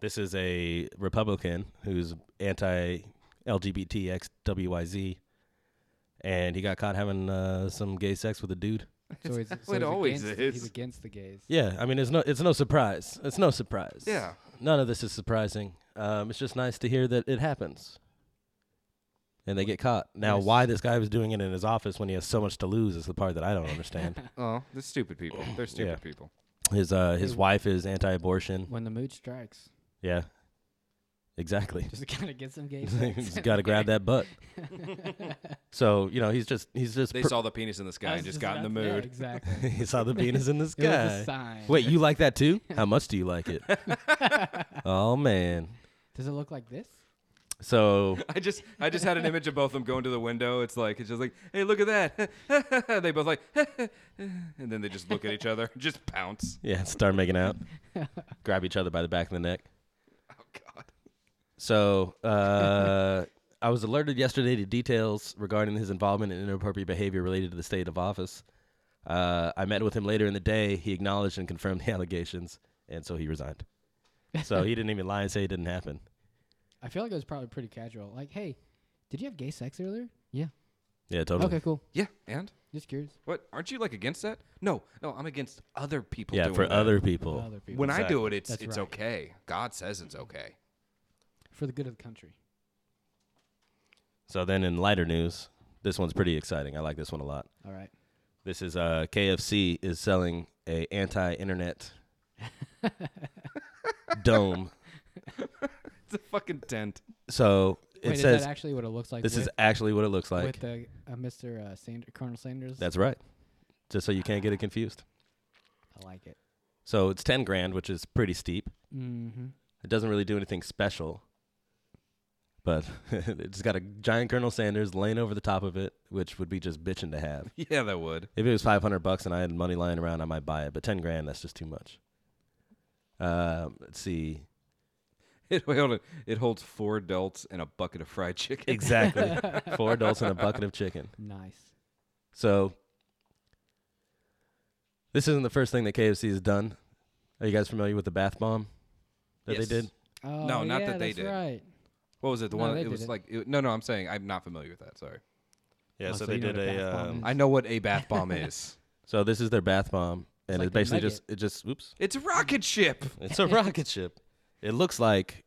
Speaker 2: This is a Republican who's anti-LGBTXWYZ, and he got caught having uh, some gay sex with a dude.
Speaker 4: So
Speaker 3: [laughs]
Speaker 4: he's, so
Speaker 3: it
Speaker 4: he's
Speaker 3: always
Speaker 4: against,
Speaker 3: is.
Speaker 4: He's against the gays.
Speaker 2: Yeah, I mean, it's no, it's no surprise. It's no surprise.
Speaker 3: Yeah.
Speaker 2: none of this is surprising. Um, it's just nice to hear that it happens, and they get caught. Now,
Speaker 4: Yes.
Speaker 2: why this guy was doing it in his office when he has so much to lose is the part that I don't
Speaker 4: [laughs]
Speaker 2: understand.
Speaker 3: [laughs] Oh, they're stupid people. They're stupid
Speaker 2: Yeah.
Speaker 3: people.
Speaker 2: his uh, his wife is anti-abortion.
Speaker 4: When the mood strikes,
Speaker 3: [laughs]
Speaker 2: Yeah, exactly. [laughs]
Speaker 4: just gotta get some gays.
Speaker 2: He's got to grab
Speaker 4: [laughs]
Speaker 2: that butt. so you know, he's just he's just
Speaker 3: They
Speaker 2: per-
Speaker 3: saw the penis in the sky and just got in the
Speaker 4: Yeah,
Speaker 3: mood. [laughs]
Speaker 2: [laughs]
Speaker 4: exactly.
Speaker 2: he saw the penis
Speaker 4: [laughs]
Speaker 2: in the
Speaker 4: It was
Speaker 2: sky.
Speaker 4: a sign.
Speaker 2: Wait, you like that too? How much do you like
Speaker 4: [laughs]
Speaker 2: it? oh man.
Speaker 4: Does it look like this?
Speaker 2: So
Speaker 3: [laughs] I just I just had an image of both of them going to the window. It's like it's just like, hey, look at that. [laughs] they both like, and then they just look at each other, [laughs] just pounce.
Speaker 2: Yeah, start making
Speaker 3: [laughs]
Speaker 2: out. Grab each other by the back of the neck.
Speaker 3: Oh God.
Speaker 2: So uh, I was alerted yesterday to details regarding his involvement in inappropriate behavior related to the state of office. Uh, I met with him later in the day. He acknowledged and confirmed the [laughs] allegations, and so he resigned. [laughs] So he didn't even lie and say it didn't happen.
Speaker 4: [laughs] I feel like it was probably pretty casual. Like, hey, did you have gay sex earlier? Yeah.
Speaker 2: Yeah, totally.
Speaker 4: Okay, cool.
Speaker 3: Yeah, and
Speaker 4: Just curious.
Speaker 3: what? Aren't you like against that? No, no, I'm against other people.
Speaker 2: Yeah,
Speaker 3: doing
Speaker 2: for
Speaker 3: that.
Speaker 2: other people.
Speaker 4: Other people.
Speaker 3: When I do it, it's
Speaker 4: That's
Speaker 3: it's
Speaker 4: right.
Speaker 3: okay. God says it's okay.
Speaker 4: For the good of the country.
Speaker 2: So then in lighter news, this one's pretty exciting. I like this one a lot.
Speaker 4: All right.
Speaker 2: This is uh, KFC is selling a
Speaker 4: [laughs]
Speaker 2: anti-internet dome.
Speaker 3: It's a fucking tent.
Speaker 2: So it
Speaker 4: Wait,
Speaker 2: says
Speaker 4: is that actually what it looks like?
Speaker 2: This
Speaker 4: with,
Speaker 2: is actually what it looks like.
Speaker 4: with the uh, Mr. Uh, Sanders, Colonel Sanders.
Speaker 2: That's right. Just so you can't get it confused.
Speaker 4: I like it.
Speaker 2: So it's 10 grand, which is pretty steep.
Speaker 4: Mm-hmm.
Speaker 2: It doesn't really do anything special. But [laughs] it's got a giant Colonel Sanders laying over the top of it, which would be just bitching to have.
Speaker 3: [laughs] Yeah, that would.
Speaker 2: If it was 500 bucks and I had money lying around, I might buy it. But 10 grand, that's just too much. Um, let's see.
Speaker 3: [laughs] It hold it. It holds four adults and a bucket of fried chicken.
Speaker 2: [laughs] Exactly. Four adults and a bucket of chicken.
Speaker 4: Nice.
Speaker 2: So this isn't the first thing that KFC has done. Are you guys familiar with the bath bomb that
Speaker 3: Yes.
Speaker 2: they did?
Speaker 4: Oh,
Speaker 3: No, not
Speaker 4: yeah,
Speaker 3: that they
Speaker 4: that's
Speaker 3: did.
Speaker 4: Right.
Speaker 3: What was it? The
Speaker 4: No,
Speaker 3: one
Speaker 4: they
Speaker 3: it was
Speaker 4: did it.
Speaker 3: like it, no, no. I'm saying I'm not familiar with that. Sorry.
Speaker 2: Yeah,
Speaker 4: Oh, so so they you know did what a a, bath bomb um, is?
Speaker 3: I know what a bath
Speaker 4: [laughs]
Speaker 3: bomb is.
Speaker 2: So this is their bath bomb, and it's,
Speaker 4: like they
Speaker 2: basically
Speaker 4: make
Speaker 2: just it just oops,
Speaker 3: It's a rocket ship.
Speaker 2: it's
Speaker 4: [laughs]
Speaker 2: a rocket ship. It looks like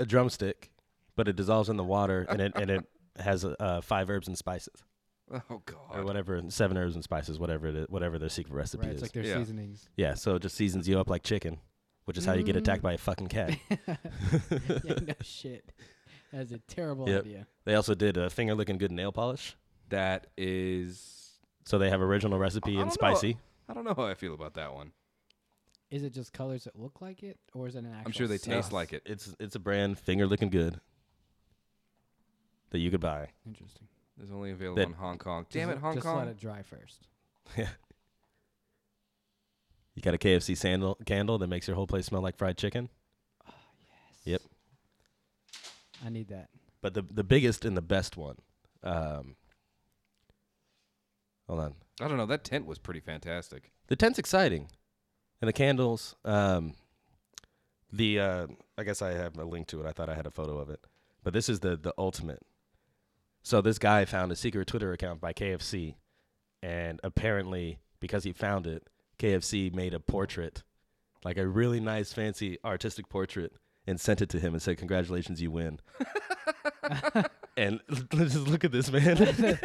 Speaker 2: a drumstick, but it dissolves in the water, and it and it has uh, five herbs and spices
Speaker 3: [laughs] Oh
Speaker 2: or
Speaker 3: God.
Speaker 2: whatever, seven herbs and spices, whatever it is, whatever their secret recipe
Speaker 4: Right.
Speaker 2: is.
Speaker 4: It's like their
Speaker 3: Yeah.
Speaker 4: seasonings.
Speaker 2: yeah, so it just seasons you up like chicken, which is how you get attacked by a fucking cat.
Speaker 3: [laughs]
Speaker 4: yeah, no shit. That's a terrible
Speaker 2: Yep.
Speaker 4: idea.
Speaker 2: they also did a finger looking good nail polish.
Speaker 3: That is
Speaker 2: So they have original
Speaker 3: I
Speaker 2: recipe
Speaker 3: don't
Speaker 2: and
Speaker 3: know.
Speaker 2: spicy.
Speaker 3: I don't know how I feel about that one.
Speaker 4: Is it just colors that look like it, or is it an actual?
Speaker 3: I'm sure they
Speaker 4: scent?
Speaker 3: taste like it.
Speaker 2: It's it's a brand finger licking good that you could buy.
Speaker 4: Interesting.
Speaker 3: It's only available
Speaker 2: That-
Speaker 3: in Hong Kong. Damn
Speaker 4: Just-
Speaker 3: it, Hong
Speaker 4: just
Speaker 3: Kong.
Speaker 4: let it dry first.
Speaker 2: Yeah. You got a KFC sandal candle that makes your whole place smell like fried chicken. Yep.
Speaker 4: I need that.
Speaker 2: But the the biggest and the best one. Um, hold on.
Speaker 3: I don't know. That tent was pretty [laughs] fantastic.
Speaker 2: The tent's exciting, and the candles. Um, the uh, I guess I have a link to it. I thought I had a photo of it, but this is the the ultimate. So this guy found a secret Twitter account by KFC, and apparently because he found it, KFC made a portrait, like a really nice, fancy, artistic portrait, and sent it to him and said, "Congratulations, you win." [laughs] and [laughs] let's just look at this man. [laughs]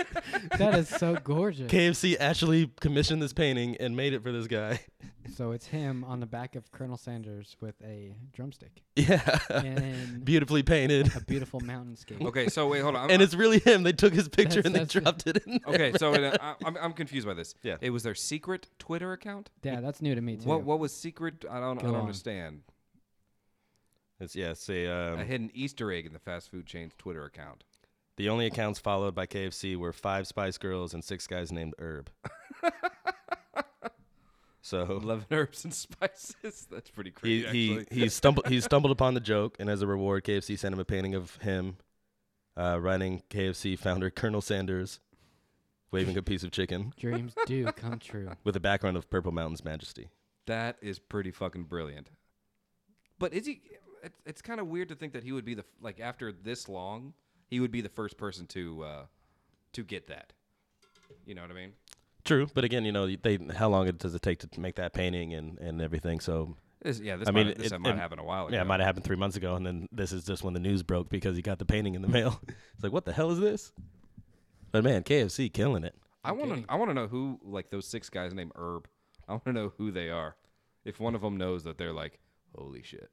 Speaker 4: That
Speaker 3: [laughs]
Speaker 4: is so gorgeous.
Speaker 2: KFC actually commissioned this painting and made it for this guy.
Speaker 4: So it's him on the back of Colonel Sanders with a
Speaker 3: [laughs]
Speaker 4: drumstick
Speaker 2: [laughs] Yeah.
Speaker 4: and
Speaker 2: Beautifully painted.
Speaker 4: a beautiful mountainscape.
Speaker 3: Okay, so wait, hold on. I'm-
Speaker 2: And it's really him. They took his picture
Speaker 4: That's-
Speaker 2: and they
Speaker 4: that's the-
Speaker 2: dropped it in.
Speaker 3: [laughs]
Speaker 2: there.
Speaker 3: okay, so it, I, I'm, I'm confused by this.
Speaker 2: Yeah.
Speaker 3: It was their secret Twitter account?
Speaker 4: Yeah, that's new to me too.
Speaker 3: What what was secret? I don't, I
Speaker 4: Go
Speaker 3: don't
Speaker 4: on.
Speaker 3: understand.
Speaker 2: It's, yeah, see,
Speaker 3: I
Speaker 2: um,
Speaker 3: hid an Easter egg in the fast food chain's Twitter account.
Speaker 2: the only accounts followed by KFC were five Spice Girls and six guys named Herb. so
Speaker 3: Eleven herbs and [laughs] spices. That's pretty
Speaker 2: he,
Speaker 3: crazy.
Speaker 2: he,
Speaker 3: actually.
Speaker 2: he, stumbled, he stumbled upon the joke, and as a reward, KFC sent him a painting of him uh, writing KFC founder Colonel Sanders waving a piece of chicken
Speaker 4: Dreams do come true.
Speaker 2: with a background of Purple Mountain's Majesty.
Speaker 3: That is pretty fucking brilliant. But is he? It's, it's kind of weird to think that he would be the f- like after this long, he would be the first person to uh, to get that. You know what I mean?
Speaker 2: True, but again, you know, they how long it does it take to make that painting and, and everything? So
Speaker 3: This, yeah, this
Speaker 2: I
Speaker 3: might,
Speaker 2: mean,
Speaker 3: this
Speaker 2: it-
Speaker 3: might
Speaker 2: it-
Speaker 3: happen a while ago.
Speaker 2: Oh, yeah, it might have happened three months ago, and then this is just when the news broke because he got the painting in the [laughs] mail. it's like, what the hell is this? But man, KFC killing it.
Speaker 3: I want to. I want to know who like those six guys named Herb. [laughs] I want to know who they are. If one of them knows that they're like, holy shit,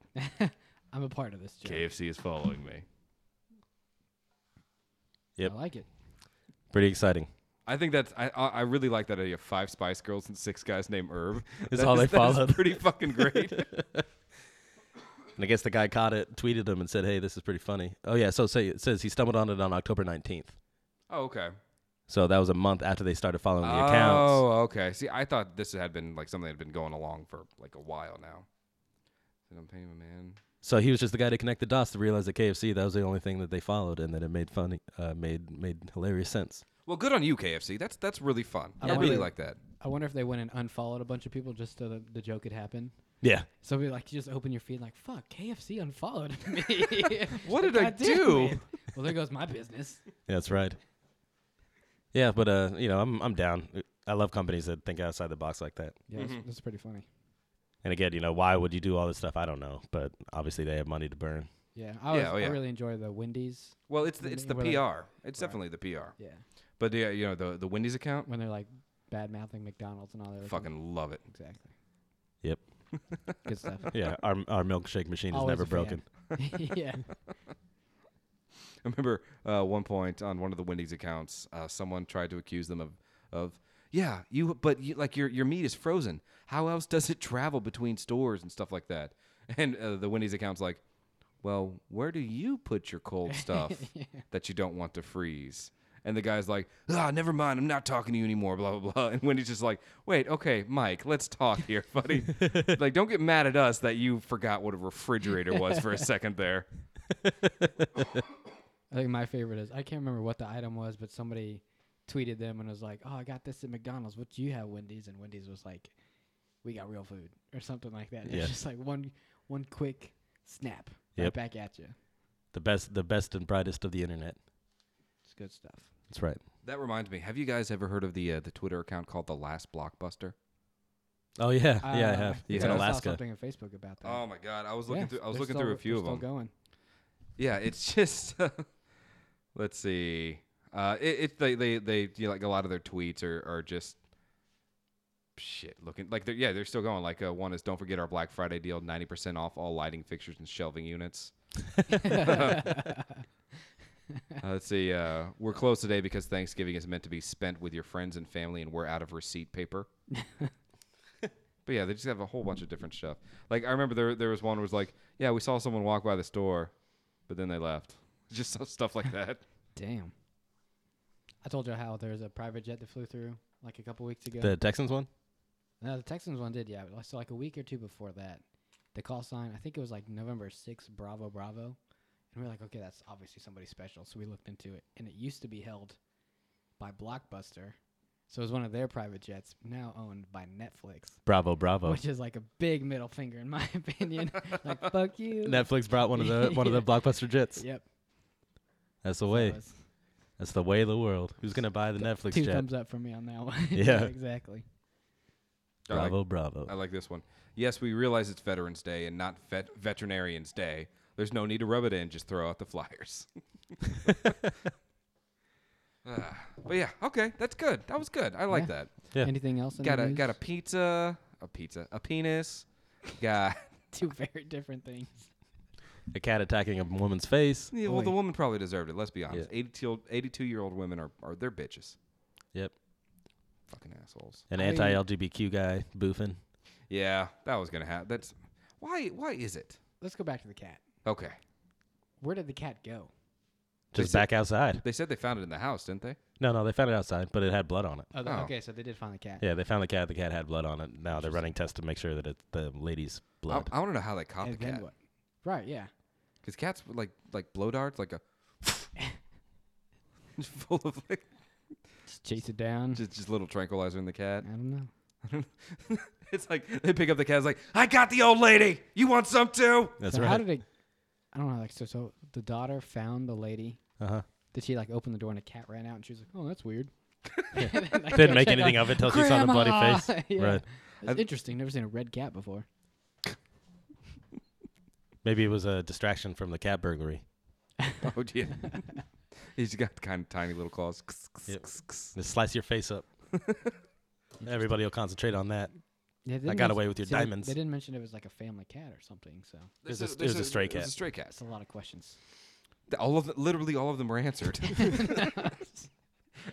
Speaker 4: I'm a part of this joke.
Speaker 3: KFC is following me.
Speaker 2: Yep.
Speaker 4: I like it.
Speaker 2: Pretty exciting.
Speaker 3: I think that's. I I I really like that idea. of Five Spice Girls and six guys named Herb.
Speaker 2: Is
Speaker 3: That
Speaker 2: all they
Speaker 3: that is
Speaker 2: followed. [laughs]
Speaker 3: Pretty fucking great.
Speaker 2: And I guess the guy caught it, tweeted him, and said, "Hey, this is pretty funny." Oh yeah, so say, it says he stumbled on it on October nineteenth.
Speaker 3: oh okay.
Speaker 2: So that was a month after they started following the accounts.
Speaker 3: Oh, okay. See, I thought this had been like something that had been going along for like a while now. Said, I'm painting a man.
Speaker 2: So he was just the guy to connect the dots to realize that KFC that was the only thing that they followed, and that it made funny, uh, made made hilarious sense.
Speaker 3: Well, good on you, KFC. That's that's really fun.
Speaker 4: I
Speaker 3: I
Speaker 4: like
Speaker 3: really
Speaker 4: it.
Speaker 3: like that.
Speaker 4: I wonder if they went and unfollowed a bunch of people just so the, the joke could happen.
Speaker 2: Yeah,
Speaker 4: So we like you just open your feed like fuck KFC unfollowed [laughs] me.
Speaker 3: [laughs] What did I
Speaker 4: God damn
Speaker 3: do?
Speaker 4: it. Well, there goes my business.
Speaker 2: That's right. Yeah, but uh, you know, I'm I'm down. I love companies that think outside the box like that.
Speaker 4: Yeah,
Speaker 3: Mm-hmm.
Speaker 4: that's, that's pretty funny.
Speaker 2: And again, you know, why would you do all this stuff? I don't know, but obviously they have money to burn.
Speaker 4: Yeah, I was,
Speaker 3: Yeah, oh, yeah.
Speaker 4: I really enjoy the Wendy's.
Speaker 3: Well, it's the, it's the
Speaker 4: Where they-
Speaker 3: PR. It's definitely the PR.
Speaker 4: Yeah,
Speaker 3: But yeah, you know the the Wendy's account.
Speaker 4: when they're like bad mouthing McDonald's and all that. other stuff.
Speaker 3: Fucking love it.
Speaker 4: exactly.
Speaker 2: Yep.
Speaker 3: [laughs]
Speaker 4: Good stuff. [laughs]
Speaker 2: Yeah, our our milkshake machine is
Speaker 4: Always
Speaker 2: never
Speaker 4: a fan.
Speaker 2: broken.
Speaker 4: [laughs] yeah.
Speaker 3: [laughs] I remember uh, one point on one of the Wendy's accounts, uh, someone tried to accuse them of, of yeah, you, but you, like your your meat is frozen. How else does it travel between stores and stuff like that? [laughs] And uh, the Wendy's account's like, well, where do you put your cold stuff that you don't want to freeze? And the guy's like, ah, never mind, I'm not talking to you anymore, blah, blah, [laughs] blah. And Wendy's just like, wait, okay, Mike, let's talk here, buddy. like, don't get mad at us that you forgot what a refrigerator was for a second there.
Speaker 4: I think my favorite is I can't remember what the item was, but somebody tweeted them and was like, "Oh, I got this at McDonald's. What do you have, Wendy's?" And Wendy's was like, "We got real food" or something like that.
Speaker 2: Yeah.
Speaker 4: It's just like one one quick snap
Speaker 2: Yep.
Speaker 4: right back at you.
Speaker 2: The best, the best and brightest of the internet.
Speaker 4: It's good stuff.
Speaker 2: That's right.
Speaker 3: That reminds me. Have you guys ever heard of the uh, the Twitter account called the Last Blockbuster?
Speaker 2: Oh [laughs] yeah, yeah, I
Speaker 4: Uh,
Speaker 2: have. It's
Speaker 3: yeah.
Speaker 2: in
Speaker 4: I
Speaker 2: Alaska.
Speaker 4: saw something on Facebook about that.
Speaker 3: Oh my god, I was
Speaker 4: Yeah,
Speaker 3: looking through. I was
Speaker 4: they're
Speaker 3: looking
Speaker 4: still-
Speaker 3: through a few
Speaker 4: they're
Speaker 3: of
Speaker 4: still
Speaker 3: them.
Speaker 4: Going.
Speaker 3: Yeah, it's [laughs] just. let's see. Uh, it, it they they they you know, like a lot of their tweets are are just shit looking like they're yeah they're still going like uh, one is don't forget our Black Friday deal ninety percent off all lighting fixtures and shelving units. [laughs] Uh, let's see. Uh, we're closed today because Thanksgiving is meant to be spent with your friends and family, and we're out of receipt paper. But yeah, they just have a whole bunch of different stuff. Like I remember there there was one was like, yeah, we saw someone walk by the store, but then they left. [laughs] Just so- stuff like that.
Speaker 4: [laughs] Damn. I told you how there was a private jet that flew through like a couple weeks ago.
Speaker 2: The Texans one?
Speaker 4: no, the Texans one did, yeah. but So like a week or two before that, the call sign, I think it was like November 6th, Bravo Bravo. And we were like, okay, that's obviously somebody special. So we looked into it. And it used to be held by Blockbuster. So it was one of their private jets, now owned by Netflix,
Speaker 2: Bravo, bravo.
Speaker 4: which is like a big middle finger in my [laughs]
Speaker 2: [laughs]
Speaker 4: opinion. like, fuck you.
Speaker 2: Netflix brought one of the one of
Speaker 4: [laughs]
Speaker 2: the blockbuster jets.
Speaker 4: Yep.
Speaker 2: That's the
Speaker 4: so
Speaker 2: way.
Speaker 4: it was
Speaker 2: That's the way of the world. Who's gonna buy the Netflix
Speaker 4: Two
Speaker 2: jet?
Speaker 4: thumbs up for me on that [laughs] one.
Speaker 2: Yeah.
Speaker 4: exactly.
Speaker 3: I like-
Speaker 2: Bravo, bravo.
Speaker 4: Oh.
Speaker 3: I like this one. Yes, we realize it's Veterans Day and not vet- Veterinarians Day. There's no need to rub it in. Just throw out the flyers. [laughs] Ah, but yeah, okay, that's good. That was good. I like
Speaker 4: Yeah.
Speaker 3: that.
Speaker 2: Yeah.
Speaker 4: Anything else? In
Speaker 3: Got
Speaker 4: the
Speaker 3: a
Speaker 4: news?
Speaker 3: got a pizza, a pizza, a penis. Got
Speaker 4: [laughs] two very different things.
Speaker 2: a cat attacking a woman's face.
Speaker 3: [laughs] yeah, well, the
Speaker 4: Oy.
Speaker 3: woman probably deserved it. Let's be honest. 82 old 82 year old women are are they're bitches.
Speaker 2: Yep.
Speaker 3: Fucking assholes.
Speaker 2: An
Speaker 4: I mean-
Speaker 2: anti-LGBTQ guy boofing.
Speaker 3: Yeah, that was gonna happen. That's why. Why is it?
Speaker 4: Let's go back to the cat.
Speaker 3: Okay.
Speaker 4: Where did the cat go?
Speaker 2: Just
Speaker 3: said-
Speaker 2: back outside.
Speaker 3: They said they found it in the house, didn't they?
Speaker 2: No, no, they found it outside, but it had blood on it.
Speaker 4: Oh,
Speaker 3: Oh.
Speaker 4: okay, so they did find the cat.
Speaker 2: Yeah, they found the cat. The cat had blood on it. Now they're running tests to make sure that it's the lady's
Speaker 3: I,
Speaker 2: blood.
Speaker 3: I want to know how they caught
Speaker 4: And
Speaker 3: the
Speaker 4: then
Speaker 3: cat.
Speaker 4: what? Right, yeah.
Speaker 3: Because cats were like like blow darts, [laughs] like a just full of like
Speaker 4: Just chase it down.
Speaker 3: just, just little tranquilizer in the cat.
Speaker 4: I don't know.
Speaker 3: [laughs] It's like they pick up the cat. It's like I got the old lady. You want some too?
Speaker 2: That's
Speaker 4: so
Speaker 2: right.
Speaker 4: how did it? I don't know. Like so, so the daughter found the lady.
Speaker 3: [laughs]
Speaker 2: Uh-huh.
Speaker 4: Did she like open the door and a cat ran out and she was like, "Oh,
Speaker 2: [laughs]
Speaker 4: that's weird." [laughs]
Speaker 2: Didn't make anything of it till she saw the bloody
Speaker 3: [laughs]
Speaker 2: face.
Speaker 4: yeah.
Speaker 2: Right.
Speaker 4: That's interesting. Never seen a red cat before.
Speaker 2: Maybe it was a distraction from the cat burglary. [laughs]
Speaker 3: Oh yeah. [laughs] He's got kind of tiny little claws.
Speaker 2: Yep. Just slice your face
Speaker 3: [laughs]
Speaker 2: up. Everybody will concentrate on that.
Speaker 4: Yeah, they
Speaker 2: I
Speaker 4: didn't
Speaker 2: got
Speaker 4: mention-
Speaker 2: away with your
Speaker 4: see, they-
Speaker 2: diamonds.
Speaker 4: They didn't mention it was like a family cat or something. So
Speaker 2: It was a- it was a stray
Speaker 3: It was
Speaker 2: cat.
Speaker 3: a stray cat.
Speaker 4: that's a lot of [laughs] questions.
Speaker 3: All of the, literally all of them
Speaker 2: [laughs]
Speaker 3: were answered.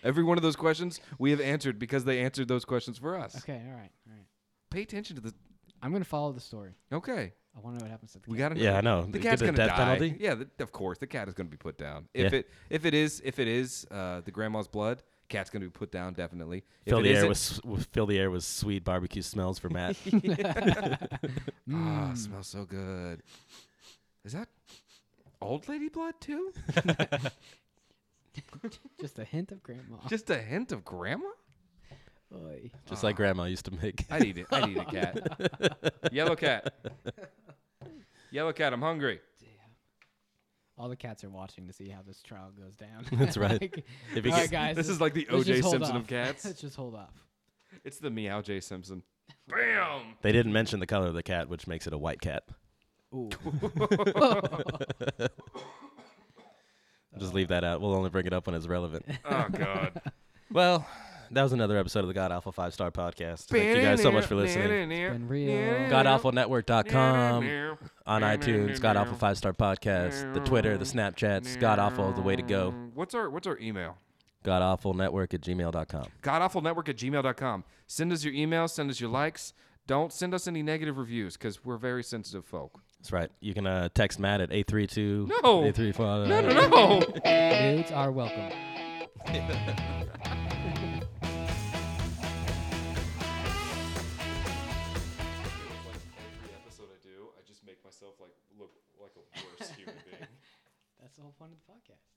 Speaker 3: Every one of those questions we have answered because they answered those questions for us.
Speaker 4: Okay, all right, all right.
Speaker 3: Pay attention to the.
Speaker 4: I'm gonna follow the story.
Speaker 3: Okay,
Speaker 4: I want to know what happens to the
Speaker 3: we
Speaker 4: cat.
Speaker 3: got to.
Speaker 2: Yeah, I know.
Speaker 3: The
Speaker 2: Get
Speaker 3: cat's
Speaker 2: the
Speaker 3: gonna
Speaker 2: death
Speaker 3: die.
Speaker 2: penalty?
Speaker 3: Yeah, the, of course, the cat is gonna be put down. If
Speaker 2: Yeah.
Speaker 3: it if it is if it is uh, the grandma's blood, cat's gonna be put down definitely. If
Speaker 2: Fill
Speaker 3: it
Speaker 2: the air
Speaker 3: isn't-
Speaker 2: with, s- with fill the air with sweet barbecue smells for
Speaker 3: [laughs]
Speaker 2: Matt. mm.
Speaker 3: ah, smells so good. Is that old lady blood
Speaker 2: [laughs]
Speaker 3: too?
Speaker 4: Just a hint of grandma.
Speaker 3: Just a hint of grandma.
Speaker 4: Oy.
Speaker 2: Just like Grandma used to make.
Speaker 3: I need it. I need a cat. Yellow cat. Yellow cat. I'm hungry.
Speaker 4: All the cats are watching to see how this trial goes down.
Speaker 2: [laughs] That's right.
Speaker 4: [laughs] Like,
Speaker 2: If he
Speaker 4: all right,
Speaker 2: gets-
Speaker 4: guys.
Speaker 3: This
Speaker 4: let's-
Speaker 3: is like the
Speaker 4: let's
Speaker 3: O.J.
Speaker 4: just hold
Speaker 3: Simpson of
Speaker 4: off.
Speaker 3: cats.
Speaker 4: [laughs] let's just hold off.
Speaker 3: It's the meow J. Simpson. Bam.
Speaker 2: They didn't mention the color of the cat, which makes it a white cat. [laughs]
Speaker 4: Ooh.
Speaker 2: Just leave that out. We'll only bring it up when it's relevant.
Speaker 3: Oh God.
Speaker 2: well, that was another episode of the God Alpha Five Star Podcast. Thank you guys so much for listening.
Speaker 4: Been real.
Speaker 2: GodAlphaNetwork.com on iTunes, God Alpha Five Star Podcast, the Twitter, the Snapchats, God Alpha, the way to go.
Speaker 3: What's our What's our email?
Speaker 2: GodAwfulNetwork at gmail.com.
Speaker 3: Godawfulnetwork at gmail.com. Send us your emails. Send us your likes. Don't send us any negative reviews because we're very sensitive folk.
Speaker 2: That's right. You can uh, text Matt at 832
Speaker 3: No.
Speaker 2: 834.
Speaker 3: No, no, no.
Speaker 4: Nudes are welcome.
Speaker 3: like every episode I do, I just make myself like look like a worse human being.
Speaker 4: That's the whole point of the podcast.